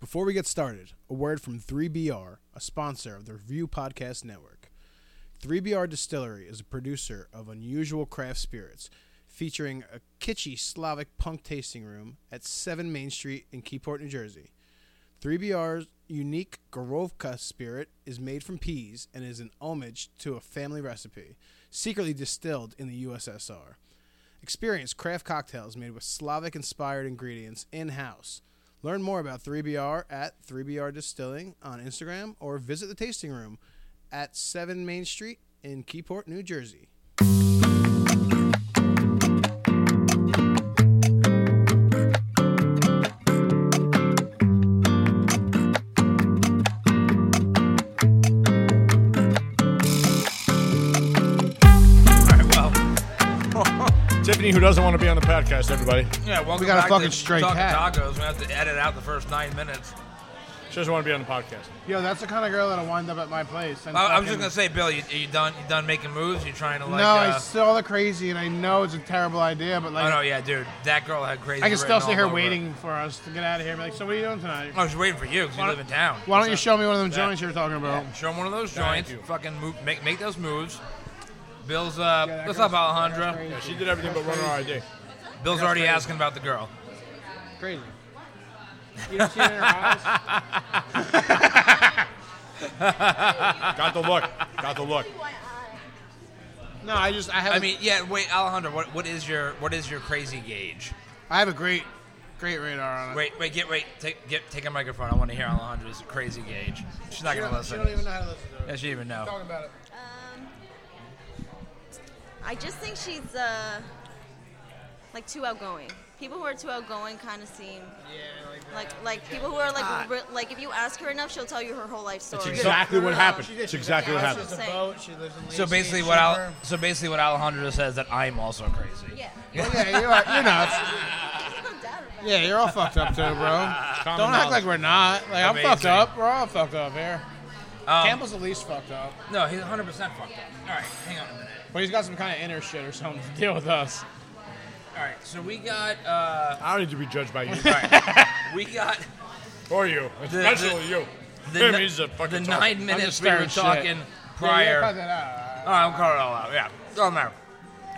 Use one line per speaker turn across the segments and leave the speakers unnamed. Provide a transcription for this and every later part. Before we get started, a word from 3BR, a sponsor of the Review Podcast Network. 3BR Distillery is a producer of unusual craft spirits, featuring a kitschy Slavic punk tasting room at 7 Main Street in Keyport, New Jersey. 3BR's unique Gorovka spirit is made from peas and is an homage to a family recipe, secretly distilled in the USSR. Experience craft cocktails made with Slavic inspired ingredients in house. Learn more about 3BR at 3BR Distilling on Instagram or visit the tasting room at 7 Main Street in Keyport, New Jersey.
All right, well,
Tiffany, who doesn't want to be on the podcast, everybody.
yeah, welcome
We got a
back
fucking
to
straight
Talking
cat.
Tacos. We have to edit out the first nine minutes.
She doesn't want to be on the podcast.
Yo, that's the kind of girl that'll wind up at my place. and
I, I was
fucking-
just gonna say, Bill, you, you done? You done making moves? You trying to like?
no,
uh,
I saw the crazy, and I know it's a terrible idea, but like,
oh no, yeah, dude, that girl had crazy.
I can still
written
see
all
her
over
waiting for us to get out of here. Be like, so what are you doing tonight?
I was waiting for you because you live in town.
Why don't you show me one of them
that-
joints you were talking about?
Show him one of those joints.
you.
Fucking move, make make those moves. Bill's uh,
that
what's
girl's-
up, Alejandra?
Yeah, she did everything but run her ID.
Bill's already asking about the girl.
Crazy. You don't see it in her eyes?
Got the look. Got the look.
No, I just I have.
I mean, yeah. Wait, Alejandra, what what is your what is your crazy gauge?
I have a great, great radar on it.
Wait, wait, get wait, take get take a microphone. I want to hear Alejandra's crazy gauge. She's not
She
gonna
don't, she
listen.
don't even know how to listen to
Yeah,
it.
she even know.
Talking about it.
Um, I just think she's uh, like too outgoing. People who are too outgoing kind of seem like like people who are like re- like if you ask her enough, she'll tell you her whole life story.
exactly what happened.
She did.
It's
She
exactly what
got
happened.
houses, a
Same.
boat, she lives in
So
Lacey,
basically,
and
what Al
Cheaper.
so basically what Alejandra says that I'm also crazy.
Yeah.
yeah, you're, right, you're nuts.
There's no doubt about it.
Yeah, you're all fucked up too, bro. Don't act
knowledge.
like we're not. Like I'm
Amazing.
fucked up. We're all fucked up here.
Um,
Campbell's the least fucked up,
No, he's 100 percent fucked up. All right, hang on a minute.
but he's got some kind of inner shit or something to deal with us.
All right, so we got uh,
I don't need to be judged by you
all right, we got
or you,
the-
especially you.
the,
Him,
ni-
he's a
the
fucking talker.
nine minutes
just
we were
starting shit.
talking prior.
Yeah, you cut that out.
All right, I'm calling it all out. Yeah, doesn't matter.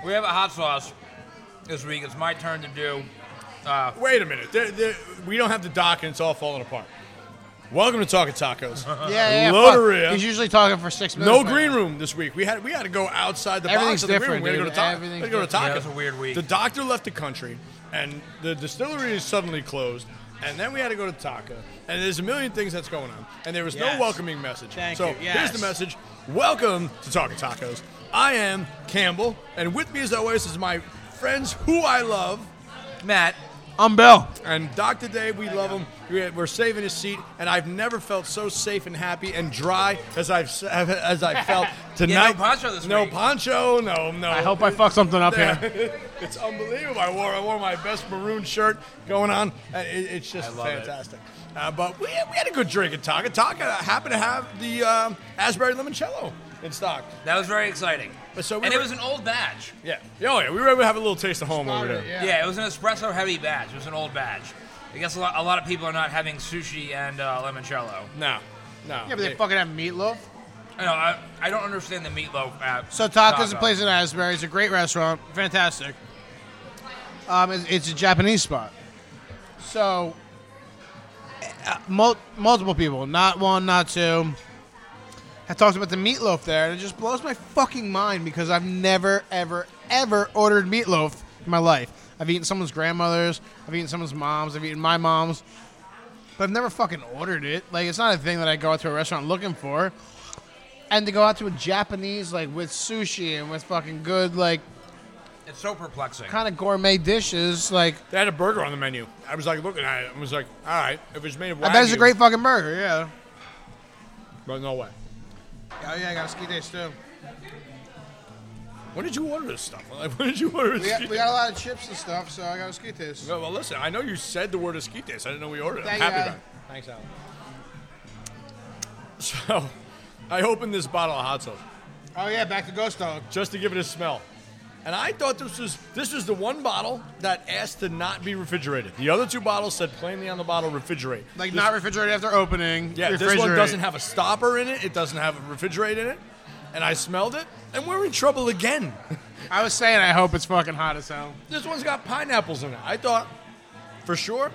We have a hot sauce this week. It's my turn to do. Uh,
Wait a minute. They're- they're- we don't have the dock, and it's all falling apart. Welcome to Talking Tacos.
Yeah, yeah.
Loteria.
fuck. He's usually talking for six minutes.
No
like-
green room this week. We had we had to go outside the box
Everything's
of the green room.
different,
We had to go
dude.
to, ta- we
Everything's
had to, go to
different.
Yeah,
tacos.
it was a weird week.
The doctor left the country, and the distillery is suddenly closed. And then we had to go to Taka. And there's a million things that's going on. And there was
Yes.
no welcoming message.
Thank
so
you. Yes.
here's the message. Welcome to Talking Tacos. I am Campbell, and with me as always is my friends who I love.
Matt,
I'm Bill.
And Dr. Dave, we love him. We- We're saving his seat, and I've never felt so safe and happy and dry as I've s- as I felt tonight.
poncho this
No
week.
poncho. No, no.
I hope I fuck something up here.
it's unbelievable. I wore I wore my best maroon shirt going on. Uh, it- it's just
love it.
fantastic. Uh, but we, we had a good drink at Taka. Taka happened to have the um, Asbury limoncello in stock.
that was very exciting.
But so we
and it
were-
was an old batch.
Yeah. Oh yeah. We were able to have a little taste of home over there.
Yeah. it was an espresso heavy batch. It was an old batch. I guess a lot, a lot of people are not having sushi and uh, limoncello.
No. No.
Yeah, but they fucking have meatloaf.
I, know, I, I don't understand the meatloaf. At
So Taka's a place in Asbury. It's a great restaurant. Fantastic. Um, it's, it's a Japanese spot. So, uh, mul- multiple people, not one, not two, have talked about the meatloaf there, and it just blows my fucking mind because I've never, ever, ever ordered meatloaf in my life. I've eaten someone's grandmother's, I've eaten someone's mom's, I've eaten my mom's, but I've never fucking ordered it. Like, it's not a thing that I go out to a restaurant looking for and to go out to a Japanese like with sushi and with fucking good like
It's so perplexing.
kind of gourmet dishes like
They had a burger on the menu. I was like looking at it. I was like, all right, if it's made of
I bet it's a
Wagyu-
great fucking burger yeah
But no way.
oh yeah I got a ski dish too
When did you order this stuff? Like, when did you order
we
this?
got, we got a lot of chips and stuff so I got a ski dish
Well, well, listen. I know you said the word esquites. I didn't know we ordered it. I'm
Thank
happy
you,
about
Alan.
it. Thanks, Alan. So, I opened this bottle of hot sauce
oh yeah back to Ghost Dog
just to give it a smell, And I thought this was this was the one bottle that asked to not be refrigerated. The other two bottles said plainly on the bottle refrigerate.
Like
This-
not refrigerated after opening.
yeah, this one
refrigerate.
doesn't have a stopper in it. It doesn't have a refrigerate in it. And I smelled it, and we're in trouble again.
I was saying I hope it's fucking hot as hell.
This one's got pineapples in it. I thought, for sure,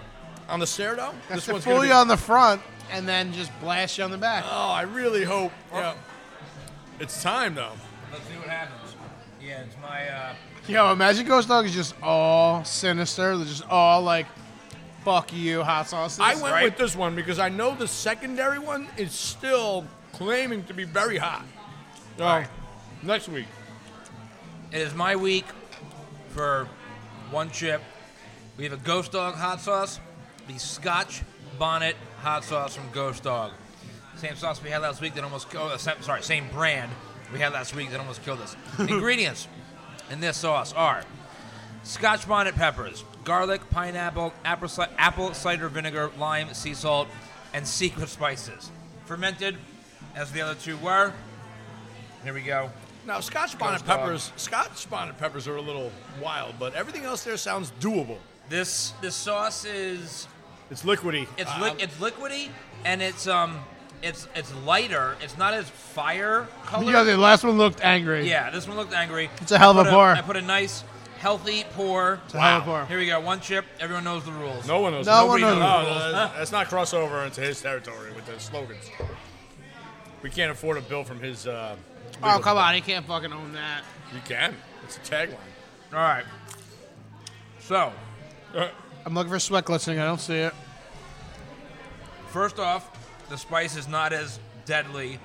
on the Cerdo, this
to
one's
fool
gonna be.
you on the front and then just blast you on the back.
oh, I really hope. Yeah. It's time though.
Let's see what happens. Yeah, it's my. Uh,
Yo, imagine Ghost Dog is just all sinister. They're just all like, fuck you, hot sauces.
I went
right.
with this one because I know the secondary one is still claiming to be very hot. So,
All right.
next week.
it is my week for one chip. We have a Ghost Dog hot sauce, the Scotch Bonnet hot sauce from Ghost Dog. Same sauce we had last week that almost killed us. Sorry, same brand we had last week that almost killed us. Ingredients in this sauce are Scotch bonnet peppers, garlic, pineapple, apple, ci- apple cider vinegar, lime, sea salt, and secret spices. Fermented, as the other two were. Here we go.
Now Scotch bonnet
Ghost dog.
peppers. Scotch bonnet peppers are a little wild, but everything else there sounds doable.
This this sauce is
It's liquidy.
it's
Uh,
li- it's liquidy and it's um it's it's lighter. It's not as fire colored.
Yo, the last one looked angry.
Yeah, this one looked angry.
It's a hell of
I
a
put
pour.
I put a nice, healthy pour.
a hell of a pour.
Here we go. One chip. Everyone knows the rules.
no one knows.
No
Nobody
one knows.
No, that's, that's not crossover into his territory with the slogans. We can't afford a bill from his. Uh,
Oh, come on. He can't fucking own that.
You can. It's a tagline.
All right. So
I'm looking for sweat glistening. I don't see it.
First off, the spice is not as deadly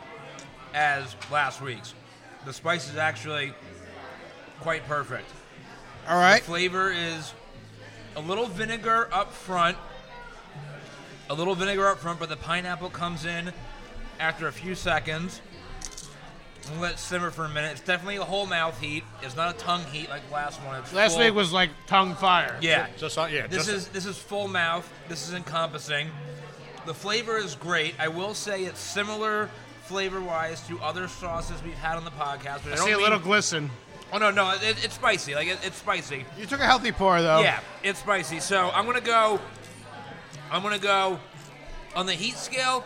as last week's. The spice is actually quite perfect.
All right.
Flavor is a little vinegar up front, a little vinegar up front, but the pineapple comes in after a few seconds. And let it simmer for a minute. It's definitely a whole mouth heat. It's not a tongue heat like the last one. It's
Last
full-
week was like tongue fire.
yeah.
Just on, yeah.
This
just
is this is full mouth. This is encompassing. The flavor is great. I will say it's similar flavor-wise to other sauces we've had on the podcast. But I
I
don't
see a
mean-
little glisten.
oh no, no, it, it's spicy. Like it, it's spicy.
You took a healthy pour, though.
Yeah, it's spicy. So I'm gonna go. I'm gonna go on the heat scale.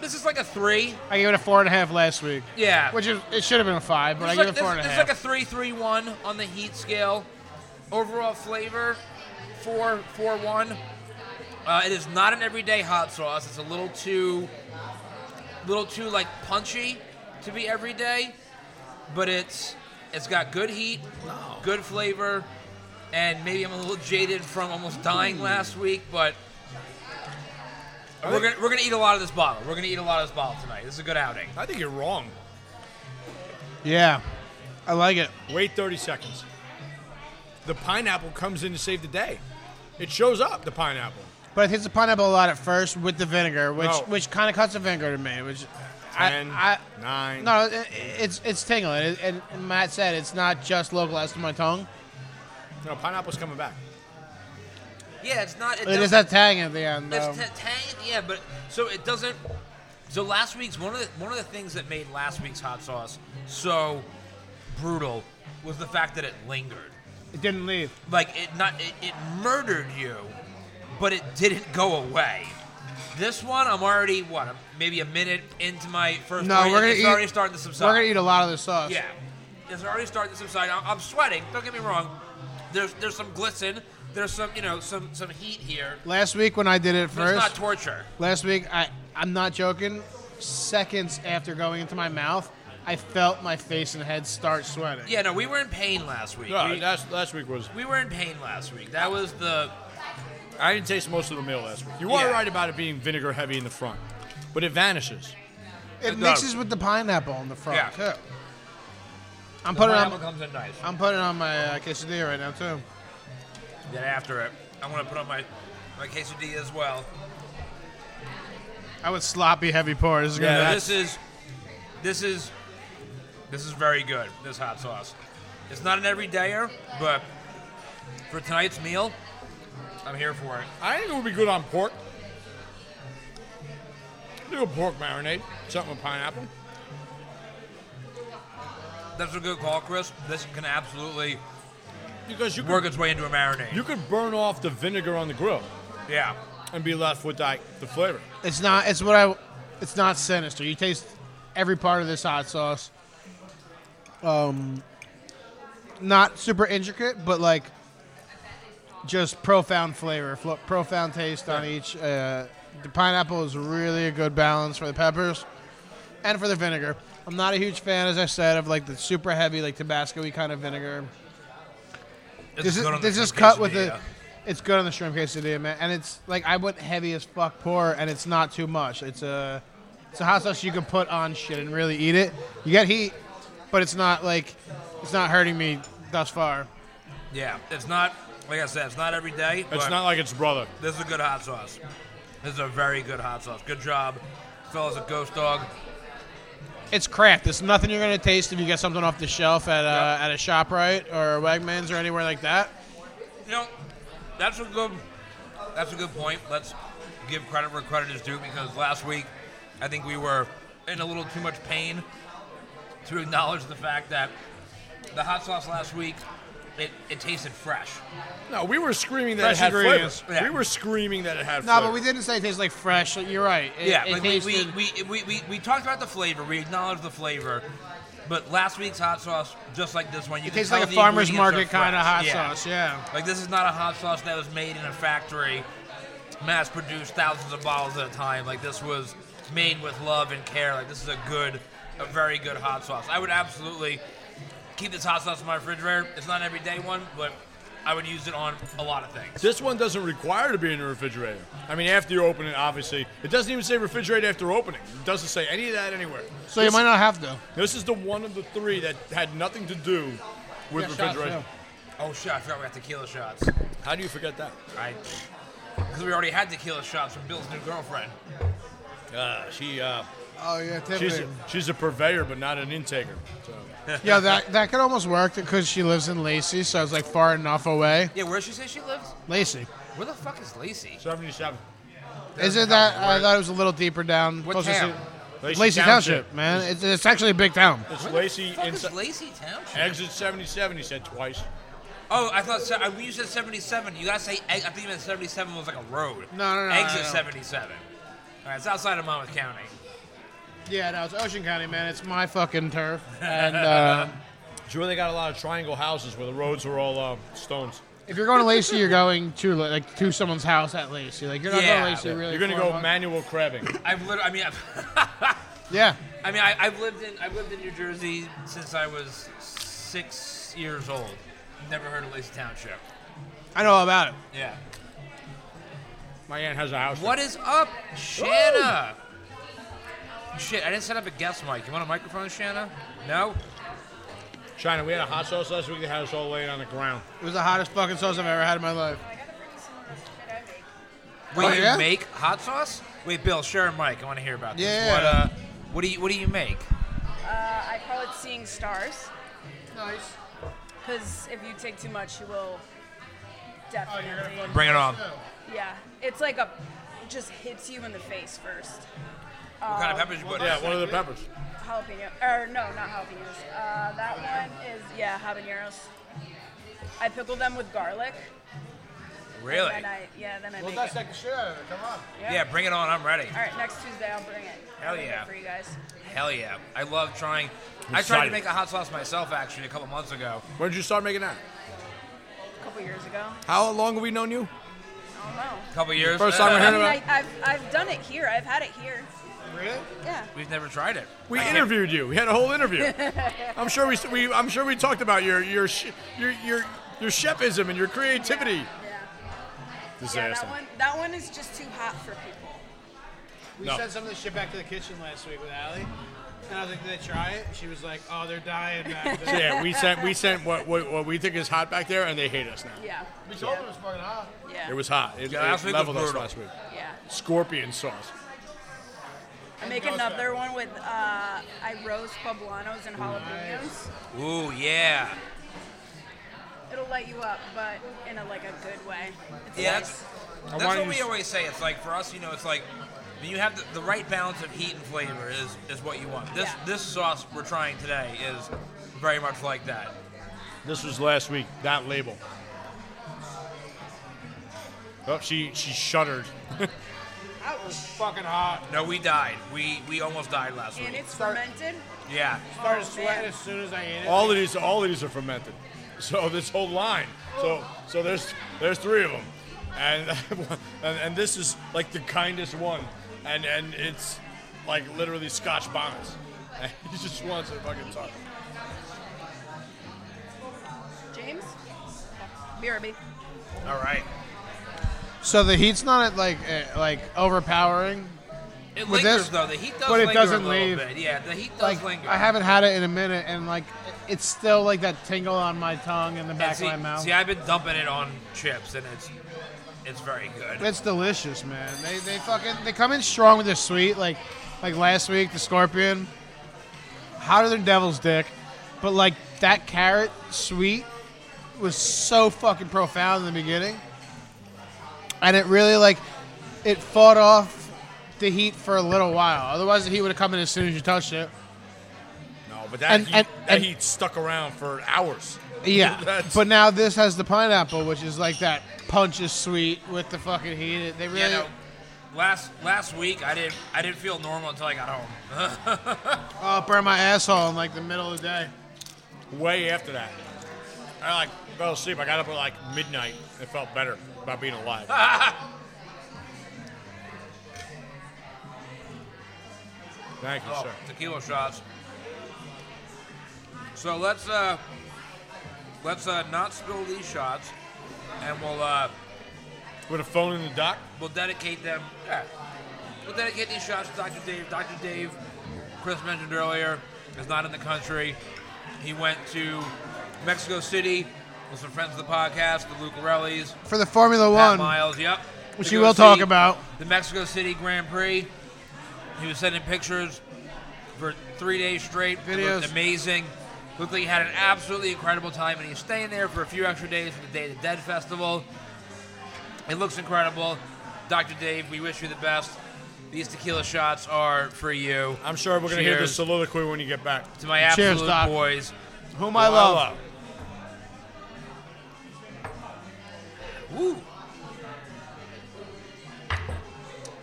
This is like a three.
I gave it a four and a half last week.
Yeah.
Which is, it should have been a five, but I
It's
gave
like,
it four and a
this-
half.
this is like a three-three-one on the heat scale. Overall flavor, four four one. Uh, it is not an everyday hot sauce. It's a little too, little too like punchy to be everyday, but it's it's got good heat, good flavor, and maybe I'm a little jaded from almost dying last week, but. We're gonna, we're gonna eat a lot of this bottle. We're gonna eat a lot of this bottle tonight. This is a good outing.
I think you're wrong.
yeah. I like it.
Wait 30 seconds. The pineapple comes in to save the day. It shows up, the pineapple.
But it hits the pineapple a lot at first with the vinegar, which
Oh.
No.
which kind of cuts the vinegar to me. Which
Ten,
I, I
nine.
No, it, it's it's tingling, It- and, and Matt said it's not just localized to my tongue.
No, pineapple's coming back.
Yeah, it's not. It,
It is
doesn't-
that tang at the end, though.
It's t- tang, yeah, but so it doesn't. So last week's one of the one of the things that made last week's hot sauce so brutal was the fact that it lingered.
it didn't leave.
Like it not it, it murdered you, but it didn't go away. This one, I'm already what I'm- maybe a minute into my first.
No,
bite,
we're
and
gonna
it's
eat.
already starting to subside.
We're gonna eat a lot of the sauce.
Yeah, it's already starting to subside. I'm, I'm sweating. Don't get me wrong. There's there's some glisten. There's some you know some some heat here.
Last week when I did it
But it's not
first,
torture.
last week I I'm not joking. Seconds after going into my mouth, I felt my face and head start sweating.
Yeah, no, we were in pain last week.
No,
we,
last, last week was.
we were in pain last week. That was the
I didn't taste most of the meal last week. You
Yeah.
are right about it being vinegar heavy in the front, but it vanishes.
it mixes with the pineapple on the front
Yeah.
too. I'm
the
putting
pineapple
on
comes in nice.
I'm putting on my uh, quesadilla right now too.
Then after it, I'm gonna put on my my quesadilla as well.
I would sloppy heavy pour. This is gonna
Yeah,
be-
Now,
that's-
this is this is this is very good. This hot sauce. It's not an everydayer, but for tonight's meal, I'm here for it.
I think it would be good on pork. Do a pork marinade, something with pineapple.
that's a good call, Chris. This can absolutely
Because you
work
could,
its way into a marinade.
you could burn off the vinegar on the grill
yeah.
and be left with like the flavor.
It's not. It's what I. It's not sinister. You taste every part of this hot sauce. Um, not super intricate, but like just profound flavor, flo- profound taste on each. Uh, the pineapple is really a good balance for the peppers and for the vinegar. I'm not a huge fan, as I said, of like the super heavy, like Tabasco-y kind of vinegar.
This,
This is,
good on the
this is
shrimp
cut with
quesadilla.
a. It's good on the shrimp quesadilla, man, and it's like I went heavy as fuck pour, and it's not too much. It's a, it's a hot sauce you can put on shit and really eat it. You get heat, but it's not like, it's not hurting me thus far.
Yeah, it's not like I said. It's not every day.
It's
but
not like it's brother.
This is a good hot sauce. This is a very good hot sauce. Good job, fellas at Ghost Dog.
It's craft. It's nothing you're gonna taste if you get something off the shelf at a,
Yep.
at a Shoprite or a Wegmans or anywhere like that.
You know, that's a good that's a good point. Let's give credit where credit is due because last week I think we were in a little too much pain to acknowledge the fact that the hot sauce last week it, it tasted fresh.
No, we were screaming that
Fresh
it had flavor.
ingredients.
Yeah.
We were screaming that it had
No,
flavor.
but we didn't say it tastes like fresh. You're right. It,
yeah,
it
like we, we,
tasted-
we, we, we, we talked about the flavor, we acknowledged the flavor, but last week's hot sauce, just like this one, you
it
can
tastes
tell
like a
the
farmer's market
ingredients are
kind of
fresh.
hot
Yeah.
sauce. Yeah.
Like this is not a hot sauce that was made in a factory, mass produced thousands of bottles at a time. Like this was made with love and care. Like this is a good, a very good hot sauce. I would absolutely keep this hot sauce in my refrigerator. It's not an everyday one, but I would use it on a lot of things.
This one doesn't require to be in the refrigerator. I mean, after you open it, obviously, it doesn't even say refrigerate after opening. It doesn't say any of that anywhere.
So you
This-
might not have to.
This is the one of the three that had nothing to do with refrigeration.
Oh shit! I forgot we got tequila shots.
How do you forget that?
I because we already had tequila shots from Bill's new girlfriend.
Uh, she uh,
Oh yeah,
she's
Tiffany.
a, she's a purveyor, but not an intaker. So.
Yeah, that that could almost work because she lives in Lacey, so it's like far enough away.
Yeah, where does she say she lives?
Lacey,
Where the fuck is Lacey?
Seventy-seven.
is it that? I thought it was a little deeper down.
What
closer
town?
To, Lacey Township, man. It's, it's actually a big town.
It's
Where the
Lacey
fuck is
inside.
Lacey Township?
Exit 77, he said twice.
Oh, I thought se- I- when you said 77, you gotta say, e, I I think you meant 77 was like a road.
No, no, no,
Exit
no, no.
77. Alright, it's outside of Monmouth County.
Yeah, no, it's Ocean County, man. It's my fucking turf, and uh,
It's really got a lot of triangle houses where the roads are all uh, stones.
if you're going to Lacey, you're going to like to someone's house at Lacey. Like you're not
Yeah.
going to Lacey really.
You're gonna
far
go
away.
manual crabbing.
I've literally, I mean, I've
yeah,
I mean, I, I've lived in, I've lived in New Jersey since I was six years old. Never heard of Lacey Township.
I know all about it.
Yeah.
My aunt has a house.
What is up, Shanna? Shit, I didn't set up a guest mic. You want a microphone, Shanna? No?
China, we had a hot sauce last week that had us all laying on the ground.
It was the hottest fucking sauce I've ever had in my life.
Wait,
Oh,
you
yeah?
make hot sauce? Wait, Bill, share a mic. I want to hear about this.
Yeah.
What, uh, what do you, what do you make?
Uh, I call it seeing stars
Nice.
because if you take too much, you will definitely.
Bring it on.
yeah, it's like a just hits you in the face first.
What kind of peppers you put?
Yeah, one of the peppers.
Jalapeno, or no, not jalapenos. Uh, that one is yeah, habaneros. I pickle them with garlic.
Really?
And then I, yeah, then I
Well,
make
that's
it.
like the shit out of it. Come on.
Yeah, bring it on. I'm ready.
All right, next Tuesday I'll bring it.
Hell
I'll make it
yeah.
For you guys.
Hell yeah. I love trying. I tried to
Excited.
make a hot sauce myself actually a couple months ago.
When did you start making that?
A couple years ago.
How long have we known you?
I don't know.
A couple years.
First time I
I
heard
mean,
about-
I, I've I've done it here. I've had it here.
Really?
Yeah.
We've never tried it.
We
I can't-
interviewed you. We had a whole interview. I'm sure we, we I'm sure we talked about your your sh- your your your chefism and your creativity.
Yeah. Yeah,
Disaster.
that one that one is just too hot for people.
We
No.
sent some of this shit back to the kitchen last week with Allie. And I was like, did they try it? She was like, oh, they're dying back there.
yeah, we sent we sent what, what what we think is hot back there, and they hate us now.
Yeah.
we told them it was fucking hot.
Yeah.
It was hot. It,
Yeah, last
it
week was
leveled us
brutal.
last week.
yeah.
Scorpion sauce.
I make another one with uh, I roast poblanos and jalapenos.
Ooh yeah.
It'll light you up, but in a like a good way. It's
Yeah.
nice.
That's, that's
wanted
what
to
we
s-
always say. It's like for us, you know, it's like when you have the, the right balance of heat and flavor is is what you want. This
Yeah.
this sauce we're trying today is very much like that.
This was last week. That label. Oh, she she shuddered.
That was fucking hot.
No, we died. We we almost died last
And
week.
it's fermented.
Yeah.
Started
Oh,
sweating
man.
as soon as I ate it.
All of these all of these are fermented. So this whole line. So so there's there's three of them, and and, and this is like the kindest one, and and it's like literally Scotch bonnets. And he just wants to fucking talk.
James? BRB.
All right.
So the heat's not like uh, like overpowering.
It
With
lingers
this-
though. The heat does
but it
linger
doesn't
a little
leave.
bit. Yeah, the heat does
Like
linger.
I haven't had it in a minute, and like it's still like that tingle on my tongue and the
And
back
see,
of my mouth.
see, I've been dumping it on chips, and it's it's very good.
It's delicious, man. They they fucking they come in strong with their sweet, like like last week the scorpion, hotter than devil's dick, but like that carrot sweet was so fucking profound in the beginning, and it really like it fought off the heat for a little while. Otherwise, the heat would have come in as soon as you touched it.
No, but that
And-
heat,
and-
that
and-
heat stuck around for hours.
Yeah,
That's-
but now this has the pineapple, which is like that punch is sweet with the fucking heat. They really.
You know, last last week I didn't I didn't feel normal until I got home.
Oh, it burned my asshole in like the middle of the day.
way after that. I like fell asleep. I got up at like midnight and felt better about being alive. Thank you,
Oh,
sir.
tequila shots. So let's uh let's uh not spill these shots, and we'll uh
With a phone in the dock.
we'll dedicate them. Yeah, we'll dedicate these shots to Dr. Dave. Dr. Dave, Chris mentioned earlier, is not in the country. He went to Mexico City with some friends of the podcast, the Lucarellis,
for the Formula
Pat
One.
Miles. Yep,
Which
To
you
go
will talk
see
about.
the Mexico City Grand Prix. He was sending pictures for three days straight. It
Videos.
looked amazing. Looked like he had an absolutely incredible time, and he's staying there for a few extra days for the Day of the Dead festival. It looks incredible. Dr. Dave, we wish you the best. These tequila shots are for you.
I'm sure we're gonna hear the
Cheers.
soliloquy when you get back. uh,
to my
Cheers,
absolute
Doc.
boys.
Whom I love.
Woo.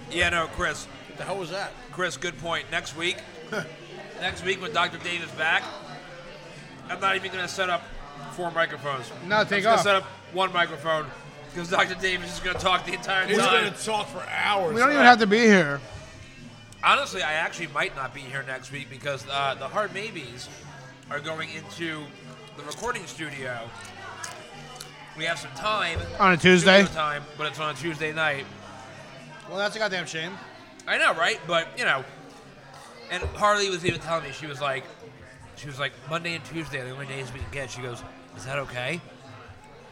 Yeah, no, Chris.
What the hell was that?
Chris, good point. Next week, next week when Dr. Dave is back, I'm not even going to set up four microphones.
No, take
I'm just gonna
off.
set up one microphone because Dr. Dave is just going to talk the entire
We're
time.
gonna talk for hours.
We don't even have to be here.
Honestly, I actually might not be here next week because uh, the Hard Maybes are going into the recording studio. We have some time
On a Tuesday?
studio time, but it's on a Tuesday night.
Well, that's a goddamn shame.
I know, right? But you know, and Harley was even telling me she was like, she was like Monday and Tuesday are the only days we can get. She goes, "Is that okay?"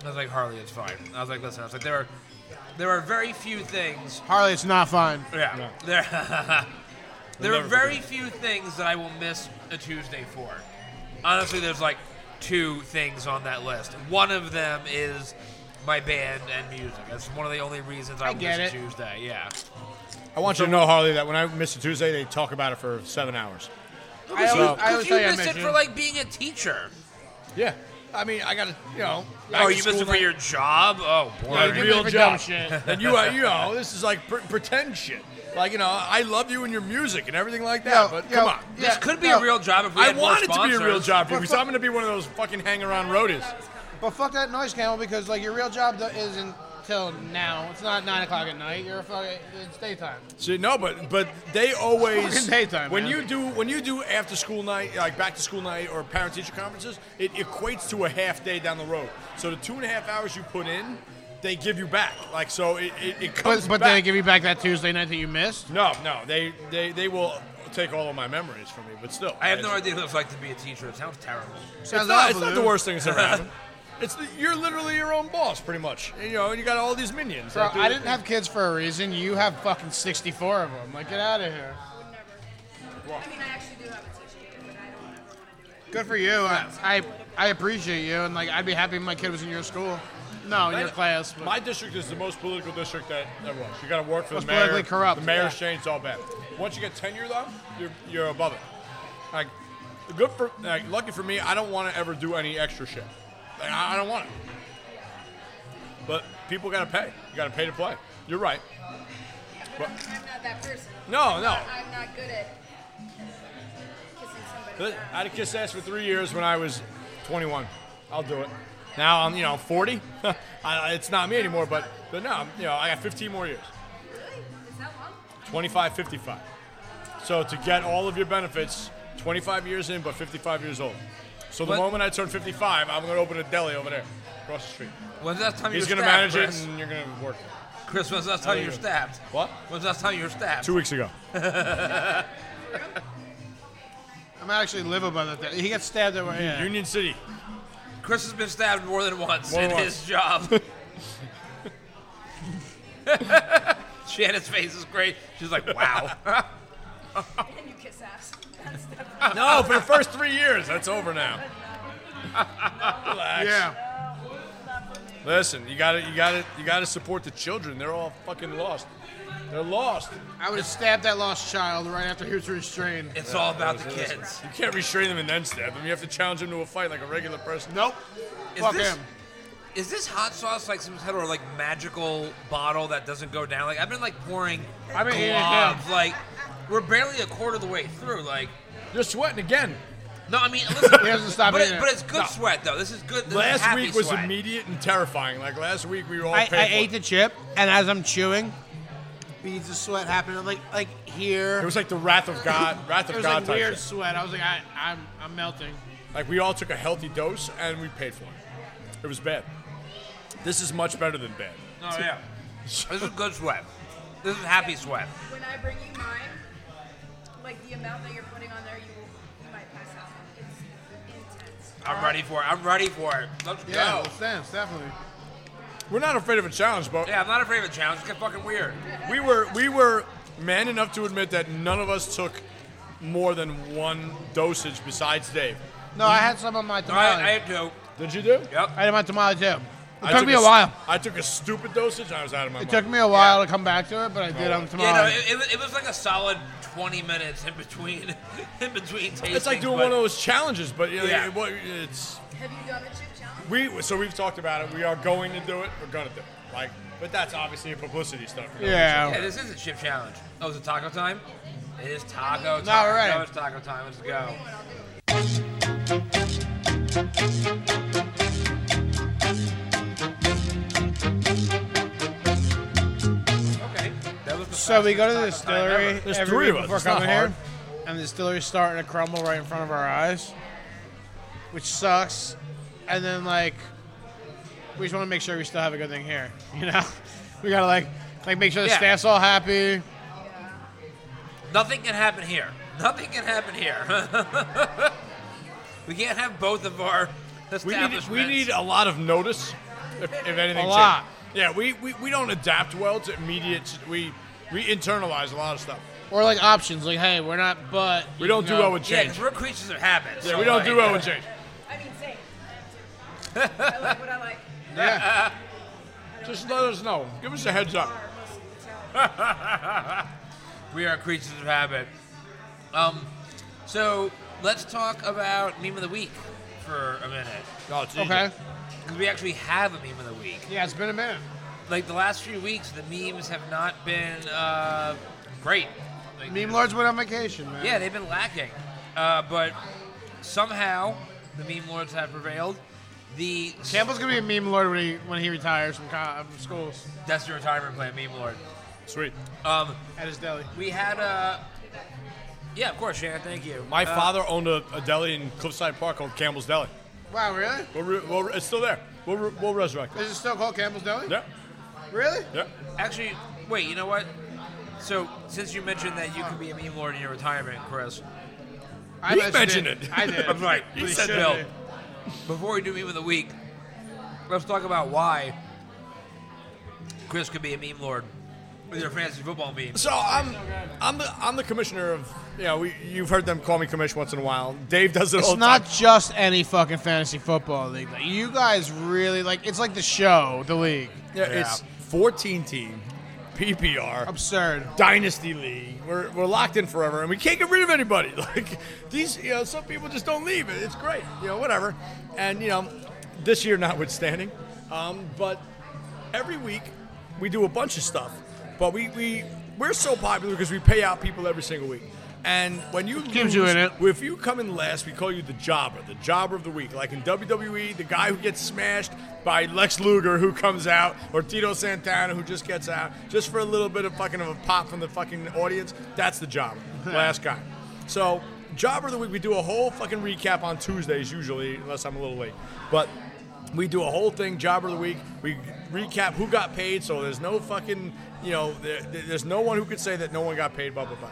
I was like, "Harley, it's fine." I was like, "Listen," I was like, "There are, there are very few things."
Harley, it's not fine.
Yeah,
No.
there, there are
never
very few things that I will miss a Tuesday for. Honestly, there's like two things on that list. One of them is my band and music. That's one of the only reasons I, will
get
miss
it.
a Tuesday. Yeah.
I want you to know, Harley, that when I miss a Tuesday, they talk about it for seven hours.
I
Because you,
always- I
because
always
you
tell you I
miss it
miss
for
you.
like being a teacher.
Yeah. I mean, I gotta, you know. back
Oh,
to
you miss
school
it for
night.
your job? Oh,
Like,
boy.
real
for
job.
dumb shit.
and you, uh, you know, this is like pr- pretend shit. Like, you know, I love you and your music and everything like that. but come on.
this could be a real job if we
I
had more
want it to be a real
sponsors.
job for you because I'm going to be one of those fucking hang around roadies.
But fuck that noise, Camel, because like your real job do- isn't till now. It's not nine o'clock at night. You're a fucking. It's daytime.
See, no, but but they always
Fucking daytime,
when
man.
you do when you do after school night, like back to school night or parent teacher conferences, it equates to a half day down the road. So the two and a half hours you put in, they give you back. Like so, it it, it comes.
But but
back.
then they give you back that Tuesday night that you missed.
No, no, they they they will take all of my memories from me. But still,
I have
it's-
no idea what it's like to be a teacher. It sounds terrible.
Sounds
it's not,
awful,
it's not the
dude.
worst thing that's ever happened. It's the, you're literally your own boss, pretty much. And, you know, and you got all these minions.
Bro,
that do
I
their
didn't have kids for a reason. You have fucking sixty-four of them. Like, get out of here.
I mean, I actually do have a teacher, but I don't ever want to do it.
Good for you. I, I I appreciate you, and like I'd be happy if my kid was in your school. No, in your
Mine-
class. But.
My district is the most political district that there was. You got to work for
Most
the mayor.
politically corrupt,
The mayor's
yeah.
changed all bad. Once you get tenure, though, you're you're above it. Like Good for like, lucky for me, I don't want to ever do any extra shit. Like, I, I don't want it. But people gotta pay. You gotta pay to play. You're right. But
I'm not that person.
no, no.
I'm not good at kissing
But
somebody.
I had a kiss ass for three years when I was 21. I'll do it. Now I'm, you know, 40. I- I, it's not me anymore, but but no, I'm, you know, I got 15 more years.
Really? Is that long?
25, 55. So to get all of your benefits, 25 years in, but 55 years old. So the
What?
moment I turn 55, I'm gonna open a deli over there, across the street.
When's the last time
He's
you were
gonna
stabbed,
manage it,
Chris?
and you're gonna work. it.
Chris, when's the last time you were stabbed?
What?
When's the last time you were stabbed?
Two weeks ago.
I'm actually livid by that. He got stabbed over here.
Union City.
Chris has been stabbed more than once
More
in
than
his job. Shannon's face is great. She's like, wow.
And you kiss ass. That's the
No, for the first three years. That's over now. Relax.
Yeah.
Listen, you got to you got to you got to support the children. They're all fucking lost. They're lost.
I would have stabbed that lost child right after he was restrained.
it's all about the kids.
You can't restrain them and then stab them. You have to challenge them to a fight like a regular person.
Nope.
Is
Fuck
this,
him.
is this hot sauce like some kind of like magical bottle that doesn't go down? Like I've been like pouring
I've been eating it down.
globs. Like we're barely a quarter of the way through. Like
You're sweating again.
no, I mean listen.
He hasn't stopped
but,
eating
it,
it.
but it's good sweat though. This is good. This is
Last
happy
week was
sweat.
immediate and terrifying. Like last week, we were all.
I,
paid
I
for
ate
it.
the chip, and as I'm chewing, beads of sweat happened. Like like here,
It was like the wrath of God. Wrath of
it was
God
like
type
weird
shit.
sweat. I was like, I, I'm I'm melting.
Like we all took a healthy dose and we paid for it. It was bad. This is much better than bad.
Oh yeah. this is good sweat. This is happy sweat.
When I bring you mine, like the amount that you're putting on there, you will you might pass out. It's intense.
I'm ready for it. I'm ready for it. Let's go.
stands definitely.
We're not afraid of a challenge, but
Yeah, I'm not afraid of a challenge. It's get fucking weird.
we were we were man enough to admit that none of us took more than one dosage besides Dave.
No, I had some on my
No,
tamale.
I, I had to.
Did you do?
Yep.
I had my tamale too. It
I
took me a
s-
while.
I took a stupid dosage. and I was out of my
It
mind.
took me a while to come back to it, but I did on the tamale.
Yeah, no, it, it, was- it was like a solid 20 minutes in between, in between tastings.
it's like doing
but
one of those challenges, but you know,
Yeah.
it- what- it's
Have you done the chip challenge?
we. So we've talked about it. We are going to do it. We're gonna do it. Like, but that's obviously a publicity stuff. you know?
Yeah.
Yeah, this is a chip challenge. Oh, is it taco time? It is taco time.
No, we're ready.
No, it's taco time. Let's go. Okay, that was the
So we
fastest
go to
taco time ever.
the distillery
There's
every
three
week
of us.
before
It's not
coming
hard.
here, and the distillery's starting to crumble right in front of our eyes, which sucks. And then like, we just want to make sure we still have a good thing here. You know, we gotta like, like make sure the
Yeah.
staff's all happy.
Nothing can happen here. Nothing can happen here. we can't have both of our
We need,
establishments.
we need a lot of notice, if, if anything.
A lot.
changes. Yeah, we, we, we don't adapt well to immediate. s- We we internalize a lot of stuff.
Or like options, like hey, we're not, but
We
you
don't do
know,
well with
Yeah,
change.
because we're creatures of habit.
Yeah,
so,
we don't
like,
do well with change.
I mean, same. I like what I like.
Yeah.
Just let us know. Give us a heads up.
Most of the time.
We are creatures of habit. Um, so let's talk about meme of the week for a minute.
Oh, it's easy.
Okay.
Because we actually have a meme of the week.
Yeah, it's been a minute.
Like the last few weeks, the memes have not been uh, great. Like,
Meme lords went on vacation, man.
Yeah, they've been lacking. Uh, but somehow the meme lords have prevailed. The
Campbell's gonna be a meme lord when he when he retires from, co- from schools
that's the retirement plan, meme lord.
Sweet.
Um,
at his deli.
we had Uh, yeah, of course, Shannon. Thank you.
My
Uh,
father owned a, a deli in Cliffside Park called Campbell's Deli.
Wow, really?
We'll re, we'll re- it's still there. We'll, re, we'll resurrect it.
Is it still called Campbell's Deli?
Yeah,
Really?
yeah.
Actually, wait. You know what? So since you mentioned that you could be a meme lord in your retirement, Chris,
I
He mentioned it.
I did.
I'm right.
You
He said
should
Bill.
be.
Before we do meme of the week, let's talk about why Chris could be a meme lord with your fantasy football meme.
So I'm, I'm the I'm the commissioner of. You know, we, you've heard them call me commish once in a while. Dave does it all
It's
the
not
time.
just any fucking fantasy football league. Like, you guys really like. It's like the show, the league.
Yeah, it's 14 team PPR.
Absurd.
Dynasty League. We're, we're locked in forever, and we can't get rid of anybody. Like these, you know, some people just don't leave. It's great, you know, whatever. And you know, this year notwithstanding, um, but every week we do a bunch of stuff. But we we we're so popular because we pay out people every single week. And when you
Keeps
lose,
you in it.
if you come in last, we call you the jobber, the jobber of the week. Like in WWE, the guy who gets smashed by Lex Luger who comes out, or Tito Santana who just gets out, just for a little bit of fucking of a pop from the fucking audience. That's the jobber, last guy. So jobber of the week, we do a whole fucking recap on Tuesdays usually, unless I'm a little late. But we do a whole thing, jobber of the week. We recap who got paid, so there's no fucking, you know, there, there's no one who could say that no one got paid, blah, blah, blah.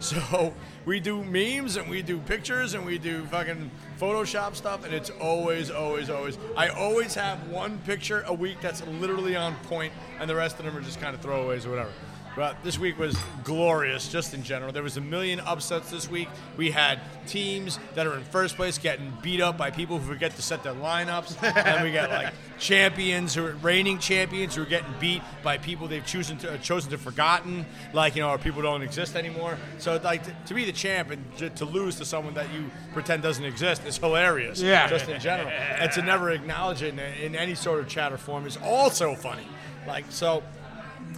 So we do memes and we do pictures and we do fucking Photoshop stuff, and it's always, always, always. I always have one picture a week that's literally on point, and the rest of them are just kind of throwaways or whatever. But this week was glorious, just in general. There was a million upsets this week. We had teams that are in first place getting beat up by people who forget to set their lineups, and we got like champions who are reigning champions who are getting beat by people they've chosen to uh, chosen to forgotten, like you know, or people don't exist anymore. So like to, to be the champ and to, to lose to someone that you pretend doesn't exist is hilarious.
Yeah.
just in general, and to never acknowledge it in, in any sort of chatter form is also funny. Like so.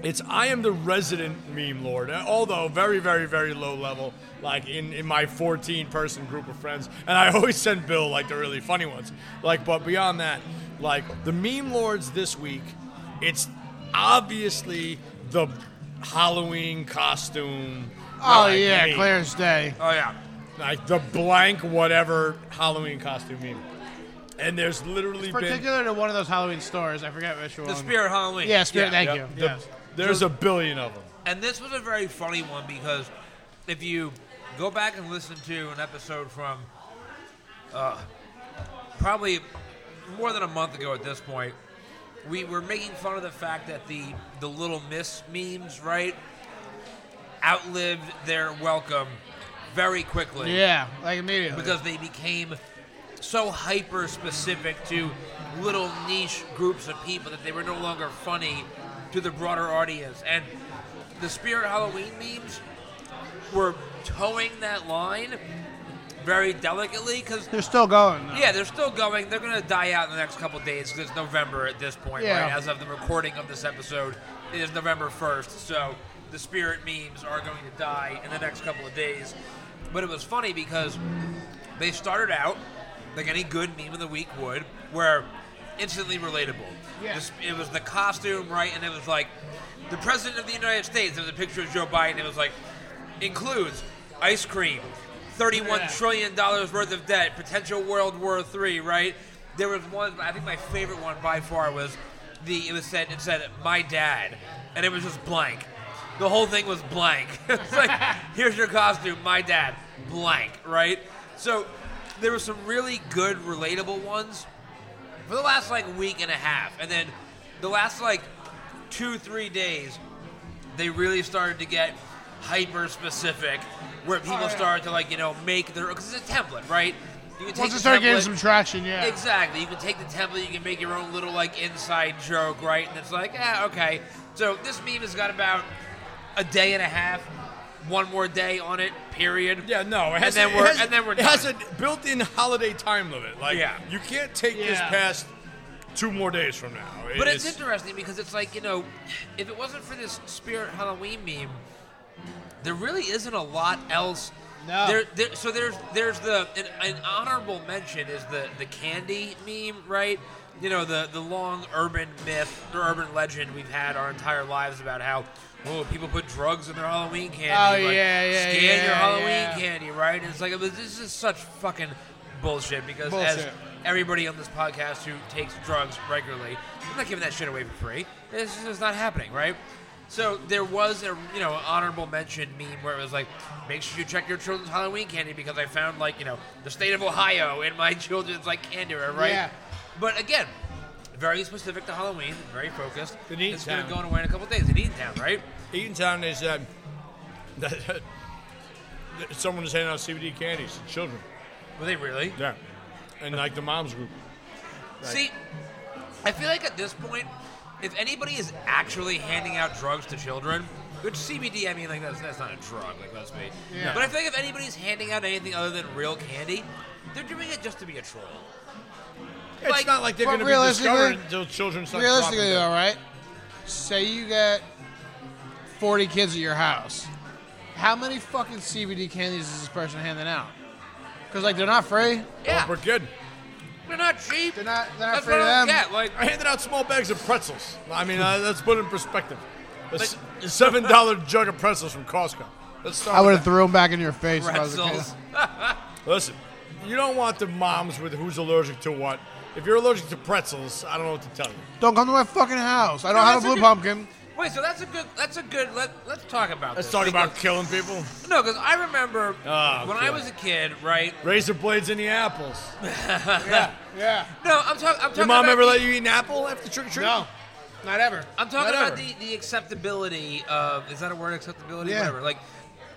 It's I am the resident meme lord, uh, although very, very, very low level, like in, in my 14 person group of friends. And I always send Bill like the really funny ones. Like, but beyond that, like the meme lords this week, it's obviously the Halloween costume.
Oh
like,
yeah,
meme.
Claire's Day.
Oh yeah.
Like the blank whatever Halloween costume meme. And there's literally been
Particular to one of those Halloween stores. I forget which one.
The Spirit Halloween.
Um, Yeah, Spirit.
Yeah,
thank
yeah,
you.
the-
yes.
there's a billion of them.
And this was a very funny one because if you go back and listen to an episode from uh, probably more than a month ago at this point, we were making fun of the fact that the, the Little Miss memes, right, outlived their welcome very quickly
Yeah, like immediately.
because they became so hyper specific to little niche groups of people that they were no longer funny to the broader audience. And the Spirit Halloween memes were towing that line very delicately because.
they're still going. Though.
Yeah, they're still going. They're going to die out in the next couple days because it's November at this point,
Yeah.
right? As of the recording of this episode, it is November 1st. So the spirit memes are going to die in the next couple of days. But it was funny because they started out like any good meme of the week would, where instantly relatable.
Yeah.
This- It was the costume, right? And it was like the president of the United States. There was a picture of Joe Biden. It was like includes ice cream, thirty-one
Yeah.
trillion dollars worth of debt, potential World War III, right? There was one. I think my favorite one by far was the. It was said. It said my dad, and it was just blank. The whole thing was blank. it's like here's your costume, my dad, blank, right? So there were some really good, relatable ones for the last like week and a half, and then the last like two, three days, they really started to get hyper specific, where people started to like you know make their because it's a template, right? You can
Once
the
it started getting
template-
some traction, yeah.
Exactly. You can take the template, you can make your own little like inside joke, right? And it's like, ah, okay. So this meme has got about a day and a half, one more day on it, period.
Yeah, no. It
And
has
then
it
we're-
has-
and then we're
It has a
done.
built-in holiday time limit. Like,
Yeah.
you can't take this
Yeah.
past two more days from now. It-
But it's interesting because it's like, you know, if it wasn't for this Spirit Halloween meme, there really isn't a lot else.
No.
There, there, so there's there's the an, an honorable mention is the the candy meme, right? You know the the long urban myth or urban legend we've had our entire lives about how oh people put drugs in their Halloween candy.
Oh,
like,
yeah, yeah,
scan
yeah,
your Halloween
yeah.
candy, right? And it's like it was, this is such fucking bullshit because as
Bullshit.
everybody on this podcast who takes drugs regularly. I'm not giving that shit away for free. It's just it's not happening, right? So there was a you know honorable mention meme where it was like, make sure you check your children's Halloween candy because I found like you know the state of Ohio in my children's like candy, right?
Yeah.
But again, very specific to Halloween, very focused.
The Neaton
it's gonna
Town.
go away in a couple days. In Eatontown, right?
Eatontown is um, that, that- someone is handing out CBD candies to children.
Were they really?
Yeah, and like the moms group.
See, I feel like at this point, if anybody is actually handing out drugs to children, which CBD, I mean, like that's that's not a drug, like let's be.
Yeah.
But I think if anybody's handing out anything other than real candy, they're doing it just to be a troll.
It's
Like,
not like they're
but
going to be
realistically-
discovered until children start
Realistically,
dropping dead.
though, right? Say you get 40 kids at your house. How many fucking CBD candies is this person handing out? Because, like, they're not free.
Yeah,
Oh, We're good.
they're not cheap.
They're not, they're not
That's
free
what
to
I
them.
don't get. Like,
I handed out small bags of pretzels. I mean, uh, let's put it in perspective. A s- a seven dollar jug of pretzels from Costco. Let's start.
I
with
would have
that.
thrown back in your face if I was a
pretzels.
kid.
Listen, you don't want the moms with who's allergic to what. If you're allergic to pretzels, I don't know what to tell you.
Don't come to my fucking house. I don't
No,
have a
that's a
blue
good-
pumpkin.
Wait, so that's a good. That's a good. Let Let's talk about.
Let's
this,
talk about
because-
killing people.
No, because I remember
Ah,
when I
okay.
was a kid, right?
Razor blades in the apples.
Yeah.
No, I'm talking. I'm talking
Your mom
about
ever
the-
let you eat an apple after trick or treat?
No, not ever.
I'm talking
Whatever.
about the, the acceptability of is that a word acceptability?
Yeah.
Whatever. Like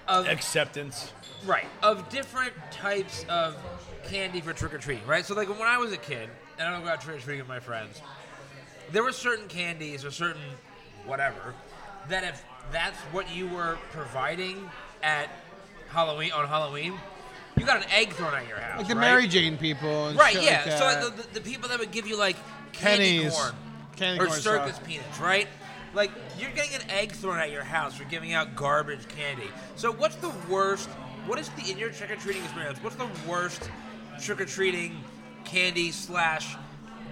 of
Acceptance.
right. Of different types of candy for trick or treating, right? So like when I was a kid and I would go out trick or treating with my friends, there were certain candies or certain whatever that if that's what you were providing at Halloween on Halloween, you got an egg thrown at your house.
Like the
right?
Mary Jane people. And
Right,
shit
yeah.
Like that.
so like, the, the, the people that would give you like candy
Pennies.
corn
Candy
or
corn
circus
stuff.
peanuts, right? Like you're getting an egg thrown at your house for giving out garbage candy. So what's the worst? What is the in your trick or treating experience? What's the worst trick or treating candy slash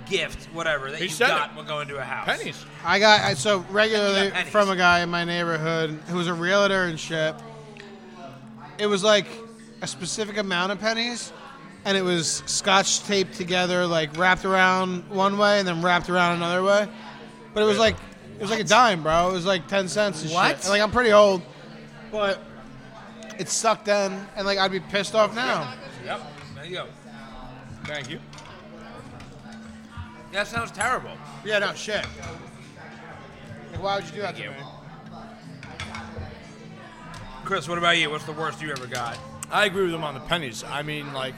gift, whatever that
He
you
said
got
it.
when going to a house?
Pennies.
I got I, so regularly
pennies.
from a guy in my neighborhood who was a realtor and shit. It was like a specific amount of pennies, and it was scotch taped together, like wrapped around one way and then wrapped around another way. But it was like it was like a dime, bro. It was like ten cents. And
What?
Shit. And, like I'm pretty old, but it sucked then, and like I'd be pissed off now.
Yep. There you go.
Thank you.
That sounds terrible.
Yeah, no shit. Like, why would you do that to
Thank
me?
you. Chris, what about you? What's the worst you ever got?
I agree with him on the pennies. I mean, like,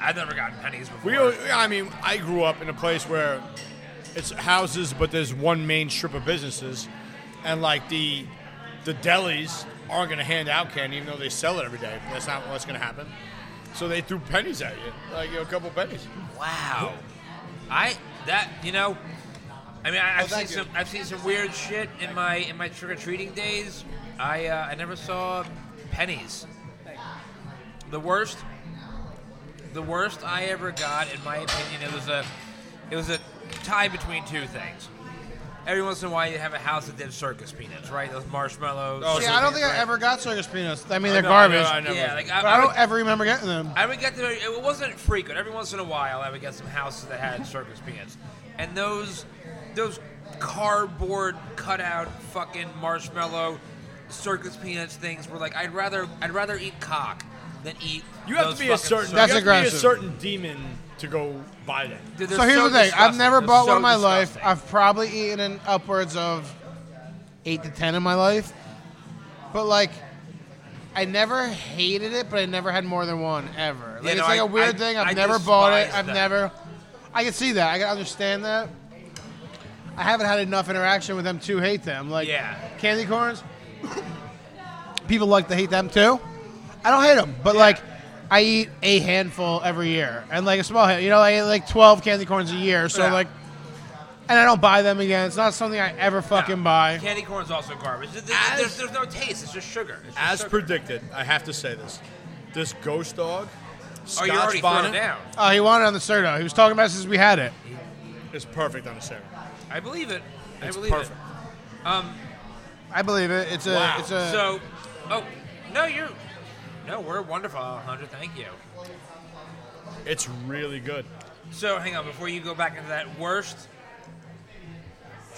I've never gotten pennies before.
We, al- I mean, I grew up in a place where it's houses, but there's one main strip of businesses, and like the the delis aren't going to hand out candy, even though they sell it every day. That's not what's going to happen. So they threw pennies at you, like you know, a couple pennies.
Wow. I that you know, I mean I, I've seen
Oh, thank you.
some I've seen some weird shit in my in my trick or treating days. I uh, I never saw pennies. The worst, the worst I ever got, in my opinion, it was a it was a tie between two things. Every once in a while, you have a house that did circus peanuts, right? Those marshmallows.
Oh,
See,
so
I don't think
right?
I ever got circus peanuts. I mean,
I
they're
know, I know,
garbage.
I know. never-
Yeah, like
But I
would-
don't ever remember getting them.
I would get there. It wasn't frequent. Every once in a while, I would get some houses that had circus peanuts, and those those cardboard cutout fucking marshmallow circus peanuts things were like I'd rather I'd rather eat cock than eat.
You have
those
to be a
fucking
certain.
circus-
you
That's
have To be
aggressive.
a certain demon to go buy that.
Dude, they're
So here's the thing: I've
disgusting.
never
They're
bought
so
one in my
disgusting.
life. I've probably eaten in upwards of eight to ten in my life, but like, I never hated it, but I never had more than one ever. Like,
Yeah,
it's
no,
like
I-
a weird
I-
thing. I've
I
never bought it.
despise
I've
that.
never. I can see that. I can understand that. I haven't had enough interaction with them to hate them. Like
Yeah.
candy corns, people like to hate them too. I don't hate them, but like I eat a handful every year, and like a small, hand- you know, I eat like twelve candy corns a year. So
Yeah.
like, and I don't buy them again. It's not something I ever
No.
fucking buy.
Candy corn's also garbage. There's, there's-
As-
there's, there's no taste. It's just sugar. It's just
As
sugar.
predicted, I have to say this: this ghost dog,
oh, you're already
Scotch
thrown
bonnet,
down.
Oh, he wanted it on the Serto. He was talking about it since we had it.
is perfect on a sandwich.
I believe it. I
It's
believe
perfect.
it.
I believe it. It's a.
Wow.
It's a.
So, oh no, you're no, we're wonderful, Alejandro. Thank you.
It's really good.
So hang on, before you go back into that worst.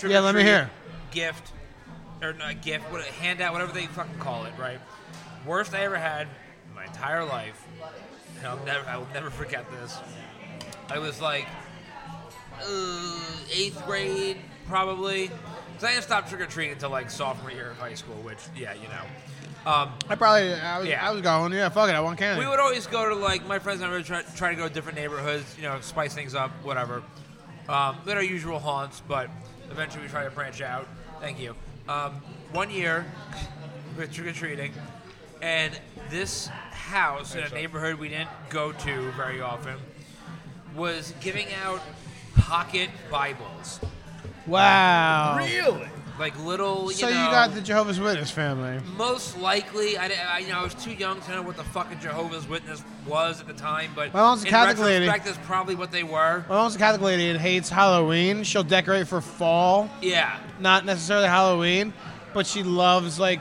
Yeah, let me
trick-or-treat
hear.
Gift, or not gift, what handout, whatever they fucking call it, right? Worst I ever had in my entire life. And I'll never, I will never forget this. I was like uh, eighth grade, probably. Because I didn't stop trick or treating until like sophomore year of high school, which yeah, you know. Um,
I probably. I was,
Yeah.
I was going. Yeah, fuck it. I want candy.
we would always go to like my friends and I would try, try to go to different neighborhoods, you know, spice things up, whatever. Um, they're our usual haunts, but Eventually, we try to branch out. Thank you. Um, one year, we were trick or treating, and this house in a neighborhood we didn't go to very often was giving out pocket Bibles,
Wow.
Really?
like little. You
So you
know,
got the Jehovah's Witness family.
most likely, I, I, you know, I was too young to know what the fucking Jehovah's Witness was at the time, but
My mom's a
in
Catholic lady.
retrospect, that's probably what they were.
My mom's a Catholic lady and hates Halloween. She'll decorate for fall,
Yeah,
not necessarily Halloween, but she loves like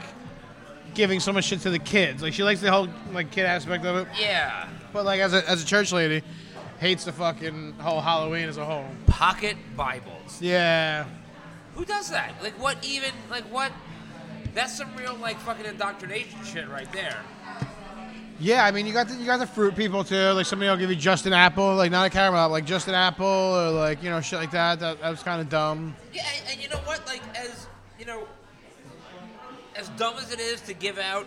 giving so much shit to the kids. Like she likes the whole like kid aspect of it.
yeah.
But like as a as a church lady, hates the fucking whole Halloween as a whole.
Pocket Bibles.
Yeah.
Who does that? Like, what even? Like, what? That's some real like fucking indoctrination shit right there.
Yeah, I mean, you got the, you got the fruit people too. Like somebody will give you just an apple, like not a caramel, apple, like just an apple, or like you know shit like that. That, that was kind of dumb.
Yeah, and, and you know what? Like, as you know, as dumb as it is to give out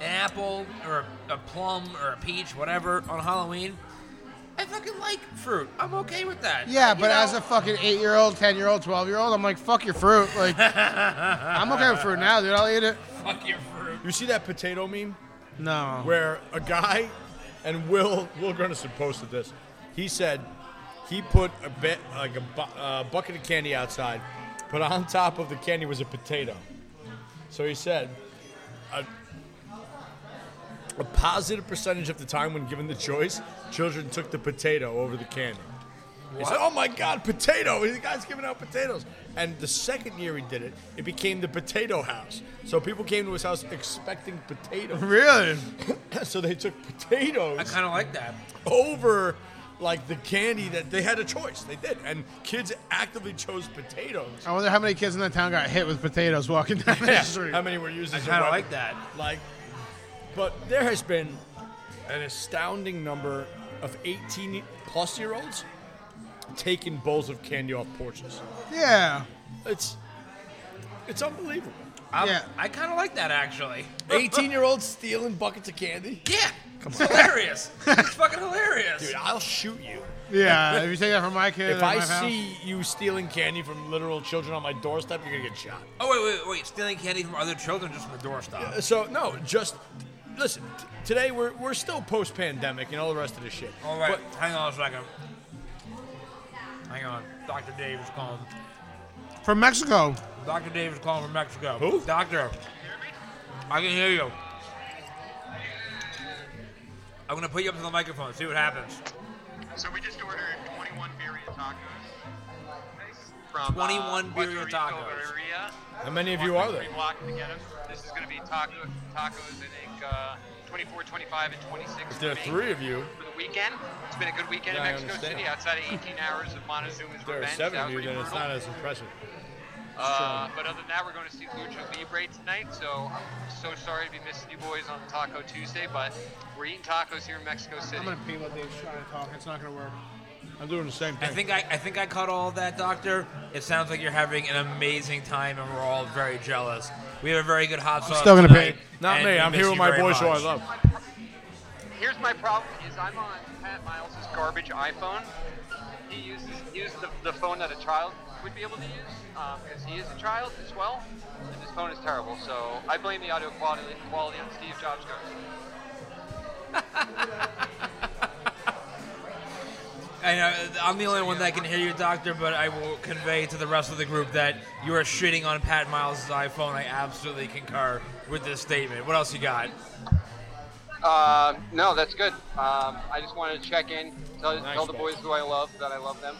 an apple or a, a plum or a peach, whatever, on Halloween, I fucking like fruit. I'm okay with that.
Yeah,
You
but
know?
as a fucking eight year old, ten year old, twelve year old, I'm like, fuck your fruit. Like, I'm okay with fruit now, dude. I'll eat it.
fuck your fruit.
You see that potato meme?
No.
where a guy and Will Will Grenison posted this. He said he put a bit like a bu- uh, bucket of candy outside, but on top of the candy was a potato. So he said, a, a positive percentage of the time when given the choice, children took the potato over the candy. He said, "Oh my God, potato! The guy's giving out potatoes." And the second year he did it, it became the potato house. So people came to his house expecting potatoes
Really?
so they took
I
potatoes
kind of like that.
over like the candy that they had a choice. They did, and kids actively chose potatoes.
I wonder how many kids in that town got hit with potatoes walking down the street.
How many were used?
I
as a
kind of
weapon.
like that.
Like, but there has been an astounding number of 18 plus year olds taking bowls of candy off porches.
yeah.
It's it's unbelievable.
i
Yeah.
I kind of like that actually.
18 year olds stealing buckets of candy.
Yeah. It's hilarious. it's fucking hilarious.
Dude, I'll shoot you.
Yeah. If you take that from my kid,
If
or
I
my house-
see you stealing candy from literal children on my doorstep, you're gonna get shot.
Oh wait, wait, wait! Stealing candy from other children just from the doorstop.
So no, just listen. T- today we're we're still post pandemic and all the rest of this shit.
All right, hang on a second. Hang on, Dr. Dave is calling.
from Mexico.
Dr. Dave is calling from Mexico.
Who?
Doctor. I can hear you. I'm gonna put you up to the microphone. See what happens.
So we just ordered 21 birria tacos from
21
uh,
birria
Puerto Rico
tacos.
Birria.
How many of
Walked
you are
like
there?
Three blocks to get 'em. This is going to be taco, tacos. I think uh, 24, 25, and 26.
If there are
for me
three of you,
for the weekend. It's been a good weekend
Yeah, I
in Mexico
understand.
City. Outside of 18 hours of Montezuma's
if there are
revenge,
seven
that
of
was
you,
pretty
then it's
brutal.
not as impressive.
Uh, but other than that, we're going to see Lucha Libre tonight. So I'm so sorry to be missing you boys on Taco Tuesday, but we're eating tacos here in Mexico City.
I'm gonna pee while Dave's trying to talk. It's not gonna work.
I'm doing the same
I think I, I think I caught all of that, Doctor. It sounds like you're having an amazing time, and we're all very jealous. We have a very good hot sauce.
still gonna
tonight,
pay.
Not
and
me.
we
I'm
miss
here
you
with my
very
boy, so I
much.
love.
Here's my problem is I'm on Pat Miles' garbage iPhone. He uses he uses the, the phone that a child would be able to use because he is a child as well, and his phone is terrible. So I blame the audio quality quality on Steve Jobs' ghost.
I know I'm the only one that can hear you, Doctor, but I will convey to the rest of the group that you are shitting on Pat Miles' iPhone. I absolutely concur with this statement. What else you got?
Uh, no, that's good. Um, I just wanted to check in, tell, tell the
boss.
boys who I love that I love them.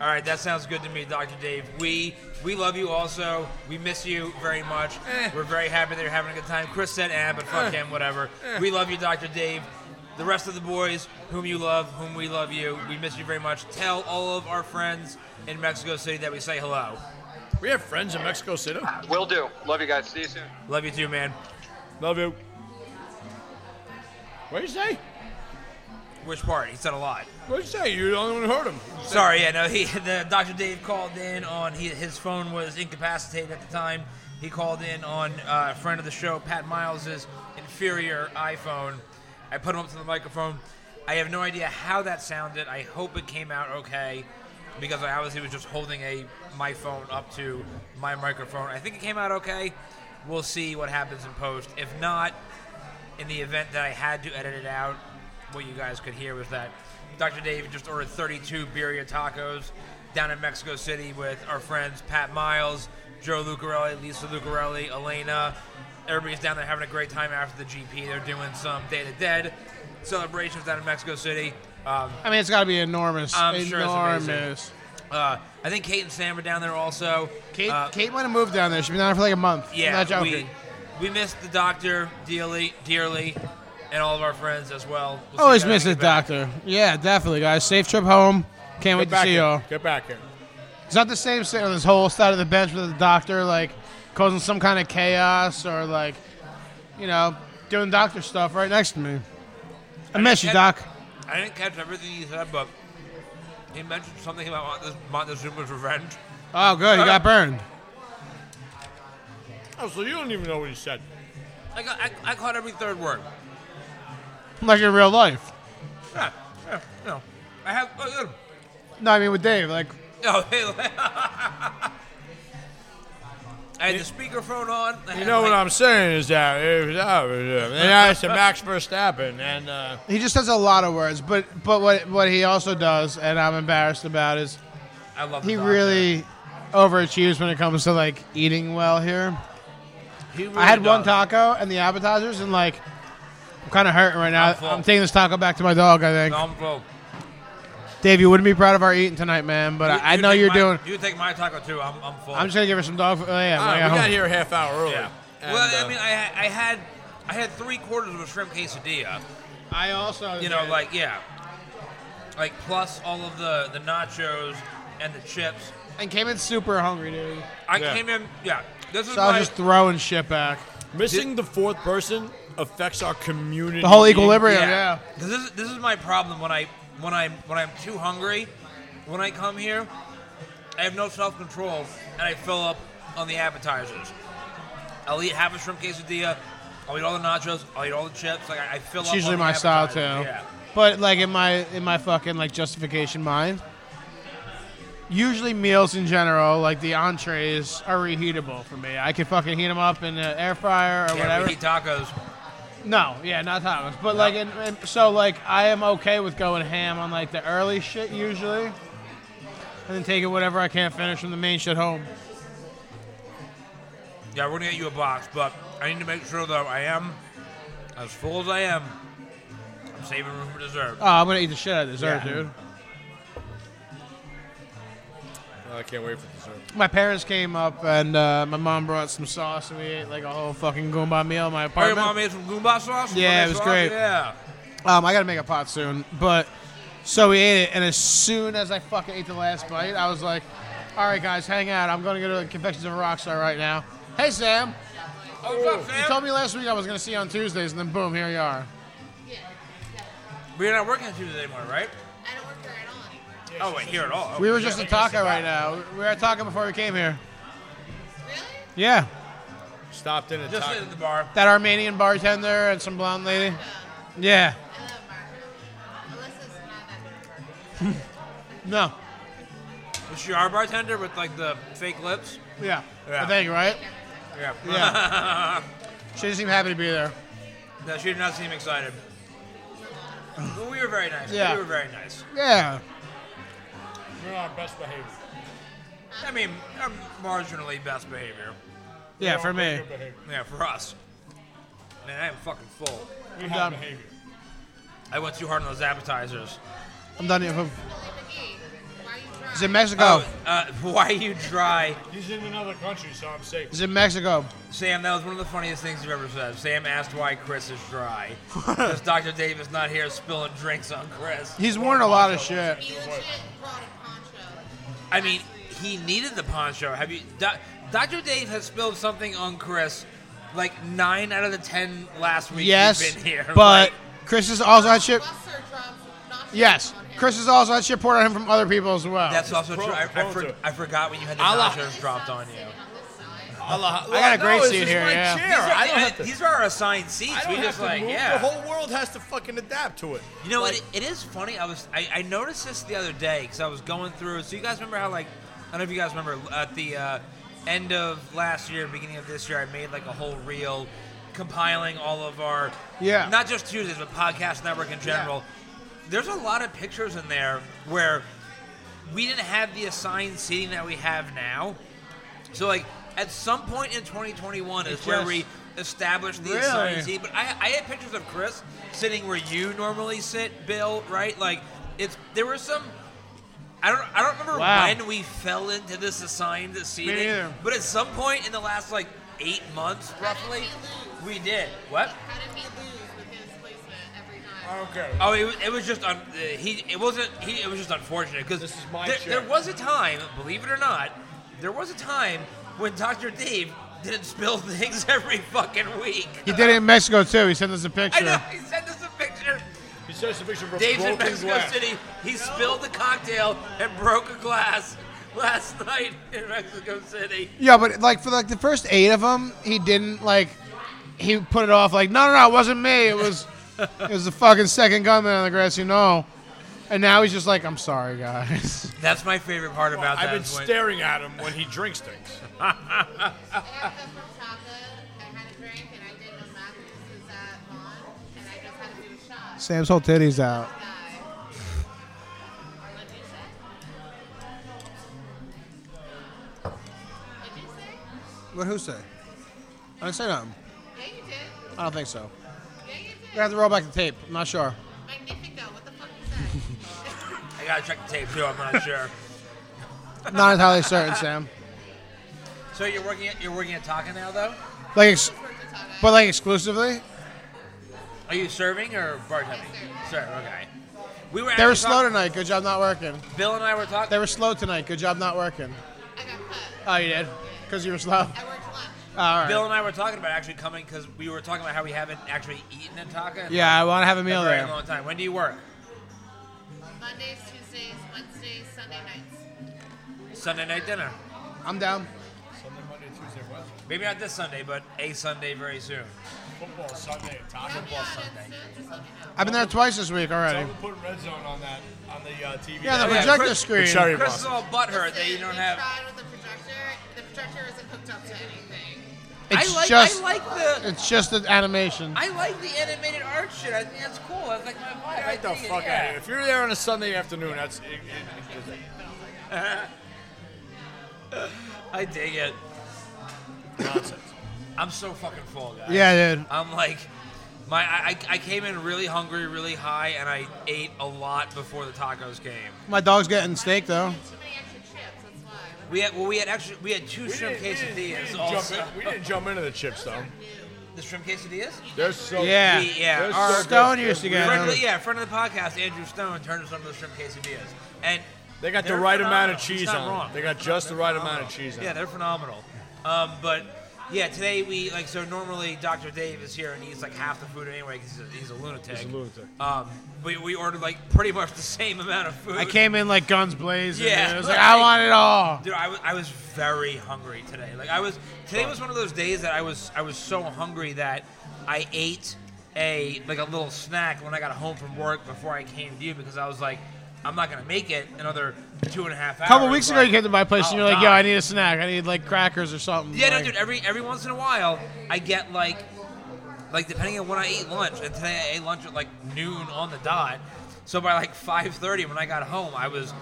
All right, that sounds good to me, Doctor Dave. We we love you also. We miss you very much. We're very happy that you're having a good time. Chris said, "Ah, but fuck him, whatever." We love you, Doctor Dave. The rest of the boys, whom you love, whom we love you, we miss you very much. Tell all of our friends in Mexico City that we say hello.
We have friends in Mexico City.
Will do. Love you guys. See you soon.
Love you too, man.
Love you. What would you say?
Which part? He said a lot.
What would you say? You're the only one who heard him.
Sorry, yeah, no. He, the Dr. Dave called in on he, his phone was incapacitated at the time. He called in on uh, a friend of the show, Pat Miles's inferior iPhone. I put him up to the microphone. I have no idea how that sounded. I hope it came out okay. because I obviously was just holding a my phone up to my microphone. I think it came out okay. We'll see what happens in post. If not, in the event that I had to edit it out, what you guys could hear was that Dr. Dave just ordered 32 birria tacos down in Mexico City with our friends Pat Miles, Joe Lucarelli, Lisa Lucarelli, Elena. Everybody's down there having a great time after the GP. They're doing some Day of the Dead celebrations down in Mexico City. Um,
I mean, it's got to be enormous.
I'm sure it's
enormous.
amazing. uh, I think Kate and Sam are down there also.
Kate,
Uh,
Kate might have moved down there. She's been down there for like a month. I'm
Yeah,
not joking.
we we missed the doctor dearly, dearly, and all of our friends as well. We'll see
Always
how they
miss
get
the
back.
doctor. Yeah, definitely, guys. Safe trip home. Can't wait
Get back
to see
here.
y'all.
Get back here.
It's not the same sitting on this whole side of the bench with the doctor, like causing some kind of chaos or like, you know, doing doctor stuff right next to me. I miss you,
and-
Doc.
I didn't catch everything he said, but he mentioned something about Monte- Montezuma's revenge.
Oh, good. You got burned.
Oh, so you don't even know what he said.
I, got, I, I caught every third word.
Like in real life.
Yeah, yeah, you know, I have. Uh, uh,
No, I mean with Dave. Like,
no, Oh, hey, I had the speakerphone on. I
You
had,
know what
like-
I'm saying is that if that was oh, uh, it, and I said Max Verstappen, and uh,
he just says a lot of words, but but what what he also does, and I'm embarrassed about, is
I love. the
he
doctor.
really overachieves when it comes to like eating well here.
He really
I had one
does.
taco and the appetizers, and like, I'm kind of hurting right now.
I'm full.
I'm taking this taco back to my dog. I think.
No, I'm broke.
Dave, you wouldn't be proud of our eating tonight, man. But
You-
I I
you
know
take
you're
my-
doing.
You take my taco too. I'm, I'm full.
I'm just gonna give her some dog. Food. Oh, yeah,
ah,
when I
we
get
got
home.
here a half hour early.
Yeah.
And,
well,
uh,
I mean, I, ha- I had I had three quarters of a shrimp quesadilla.
I also,
You know, like yeah, like plus all of the the nachos and the chips.
and came in super hungry, dude.
I
Yeah.
came in. Yeah, this is
So I
why-
was just throwing shit back.
missing the fourth person affects our community.
The whole equilibrium, yeah.
yeah. 'Cause This is this is my problem when I when I when I'm too hungry, when I come here, I have no self control and I fill up on the appetizers. I'll eat half a shrimp quesadilla. I'll eat all the nachos. I'll eat all the chips. Like I, I fill
It's
up.
usually
on the
my style too.
appetizers, Yeah.
But like in my in my fucking like justification mind, usually meals in general, like the entrees, are reheatable for me. I can fucking heat them up in the air fryer or
Yeah,
whatever.
we eat tacos.
No, yeah, not Thomas. But like, in, in, so like, I am okay with going ham on like the early shit usually, and then taking whatever I can't finish from the main shit home.
Yeah, we're gonna get you a box, but I need to make sure that I am as full as I am. I'm saving room for dessert.
Oh, I'm gonna eat the shit out of dessert,
Yeah.
dude.
I can't wait for dessert.
My parents came up and uh, my mom brought some sauce and we ate like a whole fucking goomba meal in my
Oh, your
apartment.
mom made some goomba sauce. Gourmet
Yeah, it was
sauce?
great.
Yeah.
Um, I gotta make a pot soon, but so we ate it, and as soon as I fucking ate the last bite, I was like, "All right, guys, hang out. I'm gonna go to the Confections of a Rockstar right now." Hey, Sam.
Oh, what's up,
You
Sam?
told me last week I was gonna see you on Tuesdays, and then boom, here you are.
But you're not working Tuesday anymore, right?
I don't work there at all anymore.
Oh, wait, here at all.
We were just at Taco right now. We were at Taco before we came here.
Really?
Yeah.
Stopped in a
Just
taco.
sitting at the bar.
That Armenian bartender and some blonde lady. Yeah.
I love Mark. Alyssa's not that good of a worker.
No.
Was she our bartender with like the fake lips?
Yeah.
Yeah.
I think, right?
Yeah.
Yeah. she didn't seem happy to be there.
no, she did not seem excited. But we were very nice.
Yeah.
We were very nice.
Yeah.
You're on our best behavior.
I mean, uh, marginally best behavior.
Yeah, for me.
Good behavior.
Yeah, for us. Man, I am fucking full.
We
I'm
have
done.
behavior.
I went too hard on those appetizers.
I'm done eating food.
Billy McGee, why are you trying?
It's in Mexico.
uh, why you dry?
He's in another country, so I'm safe.
It's in Mexico.
Sam, that was one of the funniest things you've ever said. Sam asked why Chris is dry. Because Dr. Dave is not here spilling drinks on Chris.
He's worn a lot of shit.
He legit brought a poncho.
I mean, he needed the poncho. Have you, Doc- Dr. Dave has spilled something on Chris, like nine out of the ten last week. he's
Yes,
been here.
but
Like,
Chris is also had shit.
Buster drops nachos
Yes,
on him.
Chris has also had shit poured on him from other people as well.
that's also
pro-
true. I, I,
pro
for,
to-
I forgot when you had the
I'll-
nachos dropped on you.
Sitting on this side.
I got a great
no, it's
seat
just
here,
My
yeah.
chair.
These are,
I don't have to.
these are our assigned seats.
I don't
we
have
just
to
like
move.
yeah.
The whole world has to fucking adapt to it.
You know, it, it is funny. I was I, I noticed this the other day because I was going through. So you guys remember how like I don't know if you guys remember at the uh, end of last year, beginning of this year, I made like a whole reel compiling all of our
Yeah.
not just Tuesdays but podcast network in general. There's a lot of pictures in there where we didn't have the assigned seating that we have now. So like at some point in 2021 is where
just-
we established the
Really?
assigned seat. But I, I had pictures of Chris sitting where you normally sit, Bill. Right? Like it's there were some. I don't I don't remember
Wow.
when we fell into this assigned seating.
neither.
But at some point in the last like eight months, roughly, we did what?
How did he lose with his placement every time?
Okay.
Oh, it was, it was just un, uh, he. It wasn't he. It was just unfortunate because
This is my
there,
chair.
there was a time, believe it or not, there was a time when Dr. Dave didn't spill things every fucking week.
He did it in Mexico too. He sent us a picture.
I know. He sent us a picture.
He says the picture of a
Dave's in
broken
Mexico
glass.
City. He spilled a cocktail and broke a glass last night in Mexico City.
Yeah, but like for like the first eight of them, he didn't like. He put it off like, no, no, no, it wasn't me. It was, it was the fucking second gunman on the grass, you know. And now he's just like, I'm sorry, guys.
That's my favorite part
Well,
about that.
I've been
is when-
staring at him when he drinks things.
Erica from Chaka, I had a drink and I did no matches. Is that on? And I just had to do a shot.
Sam's whole titty's out.
Guy. What'd you say? What'd you say?
What? Who say? I didn't say nothing.
Yeah, you did.
I don't think so.
Yeah, you did.
We have to roll back the tape. I'm not sure.
Magnifico. What the fuck is that?
I gotta check the tape too. I'm not sure.
Not entirely certain, Sam.
So you're working at you're working at Taka now though.
Like, ex- but like exclusively,
Are you serving or bartending? Sir, okay. We were
they were
actually
slow
talk-
tonight. Good job not working.
Bill and I were talking.
They were slow tonight. Good job not working.
I got cut.
Oh, you did? Because you were slow.
I worked lunch.
All right.
Bill and I were talking about actually coming because we were talking about how we haven't actually eaten in Taka. in
Yeah, I want to have a
a
meal
very
there.
long time. When do you work?
Mondays, Tuesdays, Wednesdays, Sunday nights.
Sunday night dinner.
I'm down.
Sunday, Monday, Tuesday, Wednesday.
Maybe not this Sunday, but a Sunday very soon.
Football Sunday at Taco
Have me on Insta, just let me know.
I've been there twice this week
So
already.
we put red zone on that on the uh, TV.
Yeah, the
Yeah,
projector
Chris-
screen.
The cherry- Very
Chris is all butthurt that
Listen,
you don't
we
have.
tried with the projector. The projector isn't hooked up to anything.
It's
I like I
just
like the
it's just an animation.
I like the animated art shit. I think that's cool. That's like my vibe. I
Get the
dig it,
fuck out
yeah.
of here. If you're there on a Sunday afternoon, that's. It, it, it,
I dig it.
nonsense.
I'm so fucking full, guys.
yeah, dude.
I'm like, my I, I- I came in really hungry, really high, and I ate a lot before the tacos came.
My dog's getting steak though.
Too many extra chips. That's why.
We had well, we had actually we had two
We
shrimp
didn't- we didn't- we
quesadillas
didn't
also.
jump in- We didn't jump into the chips though.
The shrimp quesadillas.
They're so.
Yeah.
We- yeah.
They're
our-
so
Stone
good.
used to
They're
get
really-
friend, yeah, friend of the podcast, Andrew Stone, turned us on to the shrimp quesadillas, and
They got the
they're
right amount
phenomenal.
of
He's
cheese
not
on. it.
wrong.
They got just the right amount of cheese on.
Yeah,
it.
they're phenomenal. Um, but yeah, today we like so normally Dr. Dave is here and he's like half the food anyway because he's, a- he's a lunatic.
He's a lunatic.
Um, we, we ordered like pretty much the same amount of food.
I came in like guns blazing.
Yeah.
dude. It was like I want it all.
Dude, I was I was very hungry today. Like I was today was one of those days that I was I was so hungry that I ate a like a little snack when I got home from work before I came to you because I was like, I'm not gonna make it another two and a half hours.
A couple weeks ago,
but-
you came to my place and
Oh,
you're
God.
like, "Yo, I need a snack. I need like crackers or something."
Yeah, no,
Like,
dude. Every every once in a while, I get like, like depending on when I eat lunch. And today I ate lunch at like noon on the dot. So by like five thirty, when I got home, I was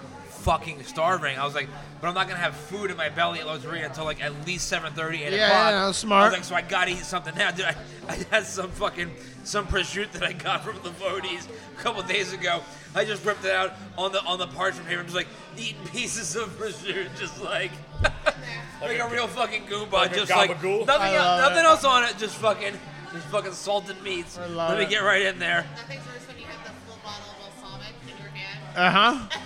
fucking starving. I was like, but I'm not gonna have food in my belly at Loteria until like at least seven thirty, eight
Yeah,
o'clock.
yeah, no, smart.
I was like, so I gotta eat something now, dude. I, I had some fucking some prosciutto that I got from the Voties a couple days ago. I just ripped it out on the on the parchment paper, just like eating pieces of prosciutto, just like. Like a real fucking goomba,
a
just like
gabagool?
nothing,
I
else,
love
nothing
it.
else on it. Just fucking, just fucking salted meats.
I love
Let me
it.
get right in there.
Nothing's worse when you have the full bottle of balsamic in your hand.
Uh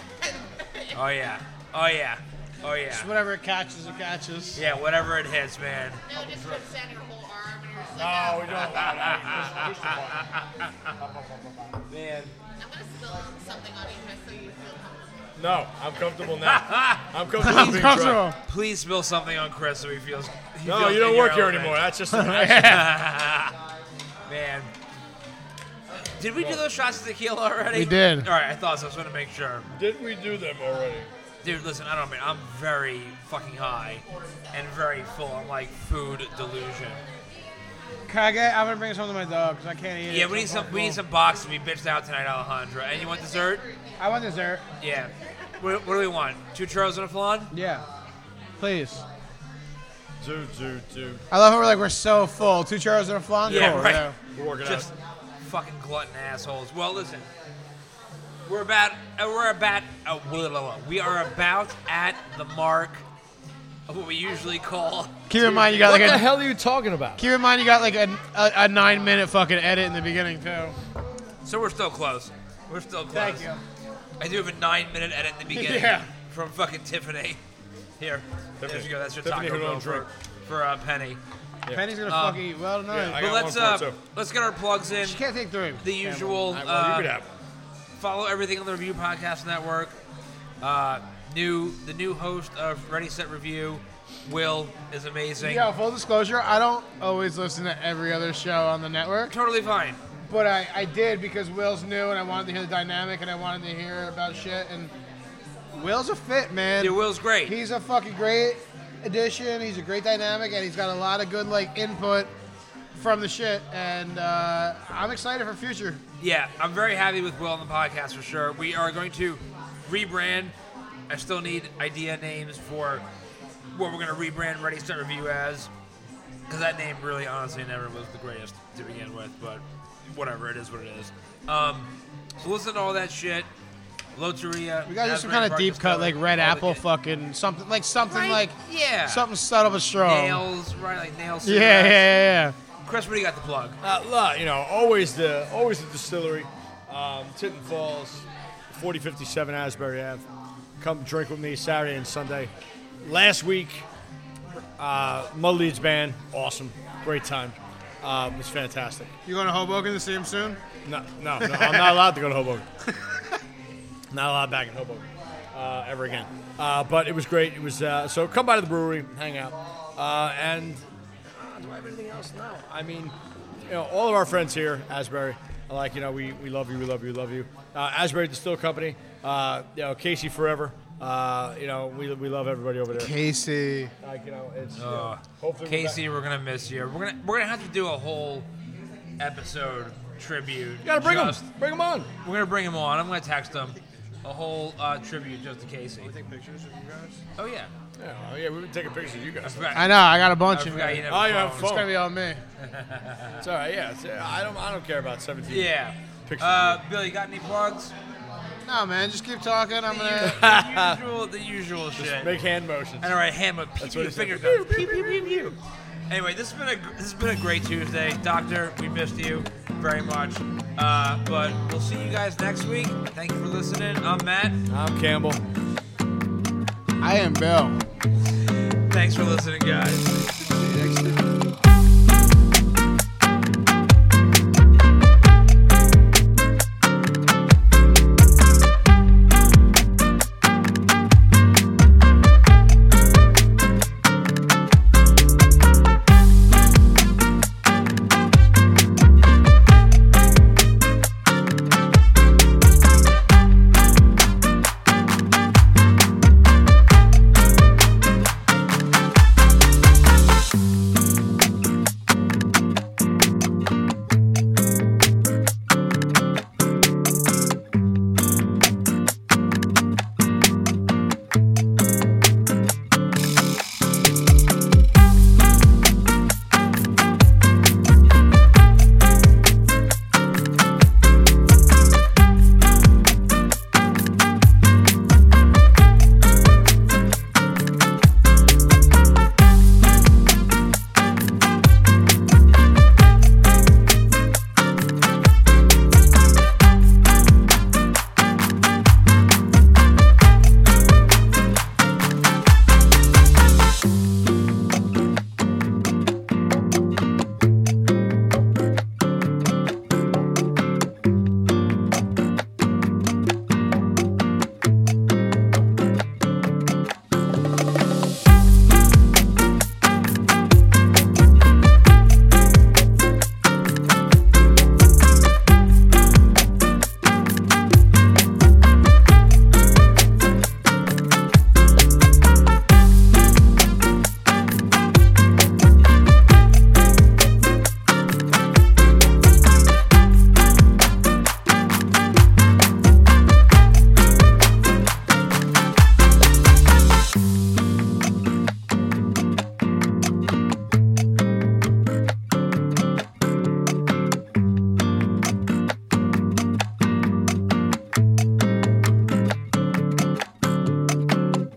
huh.
Oh yeah, oh yeah, oh yeah,
Whatever it catches, it catches.
yeah. Whatever it hits, man.
No, just puts down your whole arm and you're just
No,
like,
we don't allow that.
Man,
I'm gonna spill something on you just so you feel comfortable.
No, I'm comfortable now. I'm comfortable. being
Comfortable.
Please spill something on Chris so he feels. he
dry. No,
feels
you
in
don't
your
work here
element.
anymore. That's just an accident.
Man. Did we do those shots of tequila already?
We did.
All right, I thought so. I just want to make sure.
Did we do them already?
Dude, listen, I don't know, man. I'm very fucking high and very full. I'm like food delusion.
Can I get? I'm gonna bring some to my dog because I can't eat it.
Yeah, we need
It's
some. We need
uncomfortable.
some boxes. We bitched out tonight, Alejandra. And you want dessert?
I want dessert.
Yeah. What, what do we want? Two churros and a flan?
Yeah, please.
Do, do, do.
I love how we're like we're so full. Two churros and a flan.
Yeah,
Cool,
right.
We're working out.
Just fucking glutton assholes. Well, listen, we're about uh, we're about uh, blah, blah, blah. we are about at the mark of what we usually call.
Keep in mind you got
What
like
the
a.
hell are you talking about?
Keep in mind you got like a, a, a nine minute fucking edit in the beginning too.
So we're still close. We're still close.
Thank you.
I do have a nine-minute edit in the beginning
Yeah.
from fucking Tiffany. Here, there
Tiffany.
you go. That's your
Tiffany who
taco
don't
bell for,
drink.
for a penny.
Penny's gonna
Um,
fucking eat well tonight.
yeah, I
But
got
let's
one for
uh,
myself.
let's get our plugs in.
she can't take three.
The usual.
All right, well, you
uh,
could have one.
follow everything on the Review Podcast Network. Uh, new the new host of Ready Set Review, Will, is amazing.
Yo, full disclosure, I don't always listen to every other show on the network,
Totally fine.
but I, I did because Will's new and I wanted to hear the dynamic and I wanted to hear about shit. And Will's a fit, man.
Dude, Will's great.
He's a fucking great addition. He's a great dynamic and he's got a lot of good like input from the shit. And uh, I'm excited for future.
yeah, I'm very happy with Will on the podcast for sure. We are going to rebrand. I still need idea names for what we're going to rebrand Ready Set Review as, because that name really, honestly, never was the greatest to begin with. But whatever, it is what it is. Um, so listen to all that shit. Loteria.
We gotta do some kind of deep cut, like red apple, fucking something like something
Right?
like
yeah.
something subtle but strong.
nails, right? Like nails.
Yeah, yeah, yeah,
Chris, what do you got the plug?
Uh, la- you know, always the always the distillery, um, Titten Falls, 4057 Asbury Ave. Come drink with me Saturday and Sunday. Last week, uh, Mud Leeds Band, awesome, great time. Um, it's fantastic.
yeah. You going to Hoboken to see him soon?
No, no, no, I'm not allowed to go to Hoboken. not allowed back in Hoboken uh, ever again. Uh, but it was great. It was uh, so come by to the brewery, hang out, uh, and uh, do I have anything else? No, I mean, you know, all of our friends here, Asbury. I Like you know, we, we love you, we love you, we love you. Uh, Asbury Distill Company, uh, you know, Casey forever. Uh, you know, we, we love everybody over there.
Casey.
Like you know, it's you know,
Uh,
hopefully we're back-
Casey, we're gonna miss you. We're gonna we're gonna have to do a whole episode tribute.
You gotta bring him,
just-
bring him on.
We're gonna bring him on. I'm gonna text him a whole uh, tribute just to Casey.
Take pictures of you guys.
Oh yeah.
Yeah, well, yeah, we've been taking pictures of you guys.
Right.
I know. I got a
I
bunch of.
forgot you
It's
didn't
Oh, you
have
have
a phone.
phone.
gonna be on me.
It's all right. Yeah, it's, I don't I don't care about 17.
Yeah.
Pictures
Uh, Billy, got any plugs?
No, man. Just keep talking. I'm gonna.
The usual, the usual shit.
Make hand motions.
And all right, hammer, pew,
what
pew,
he said.
finger guns, pew, pew, pew, pew. Anyway, this has been a gr- this has been a great Tuesday, Doctor. We missed you very much, uh, but we'll see you guys next week. Thank you for listening. I'm Matt.
I'm Campbell.
I am Bill.
Thanks for listening, guys.
See you next time.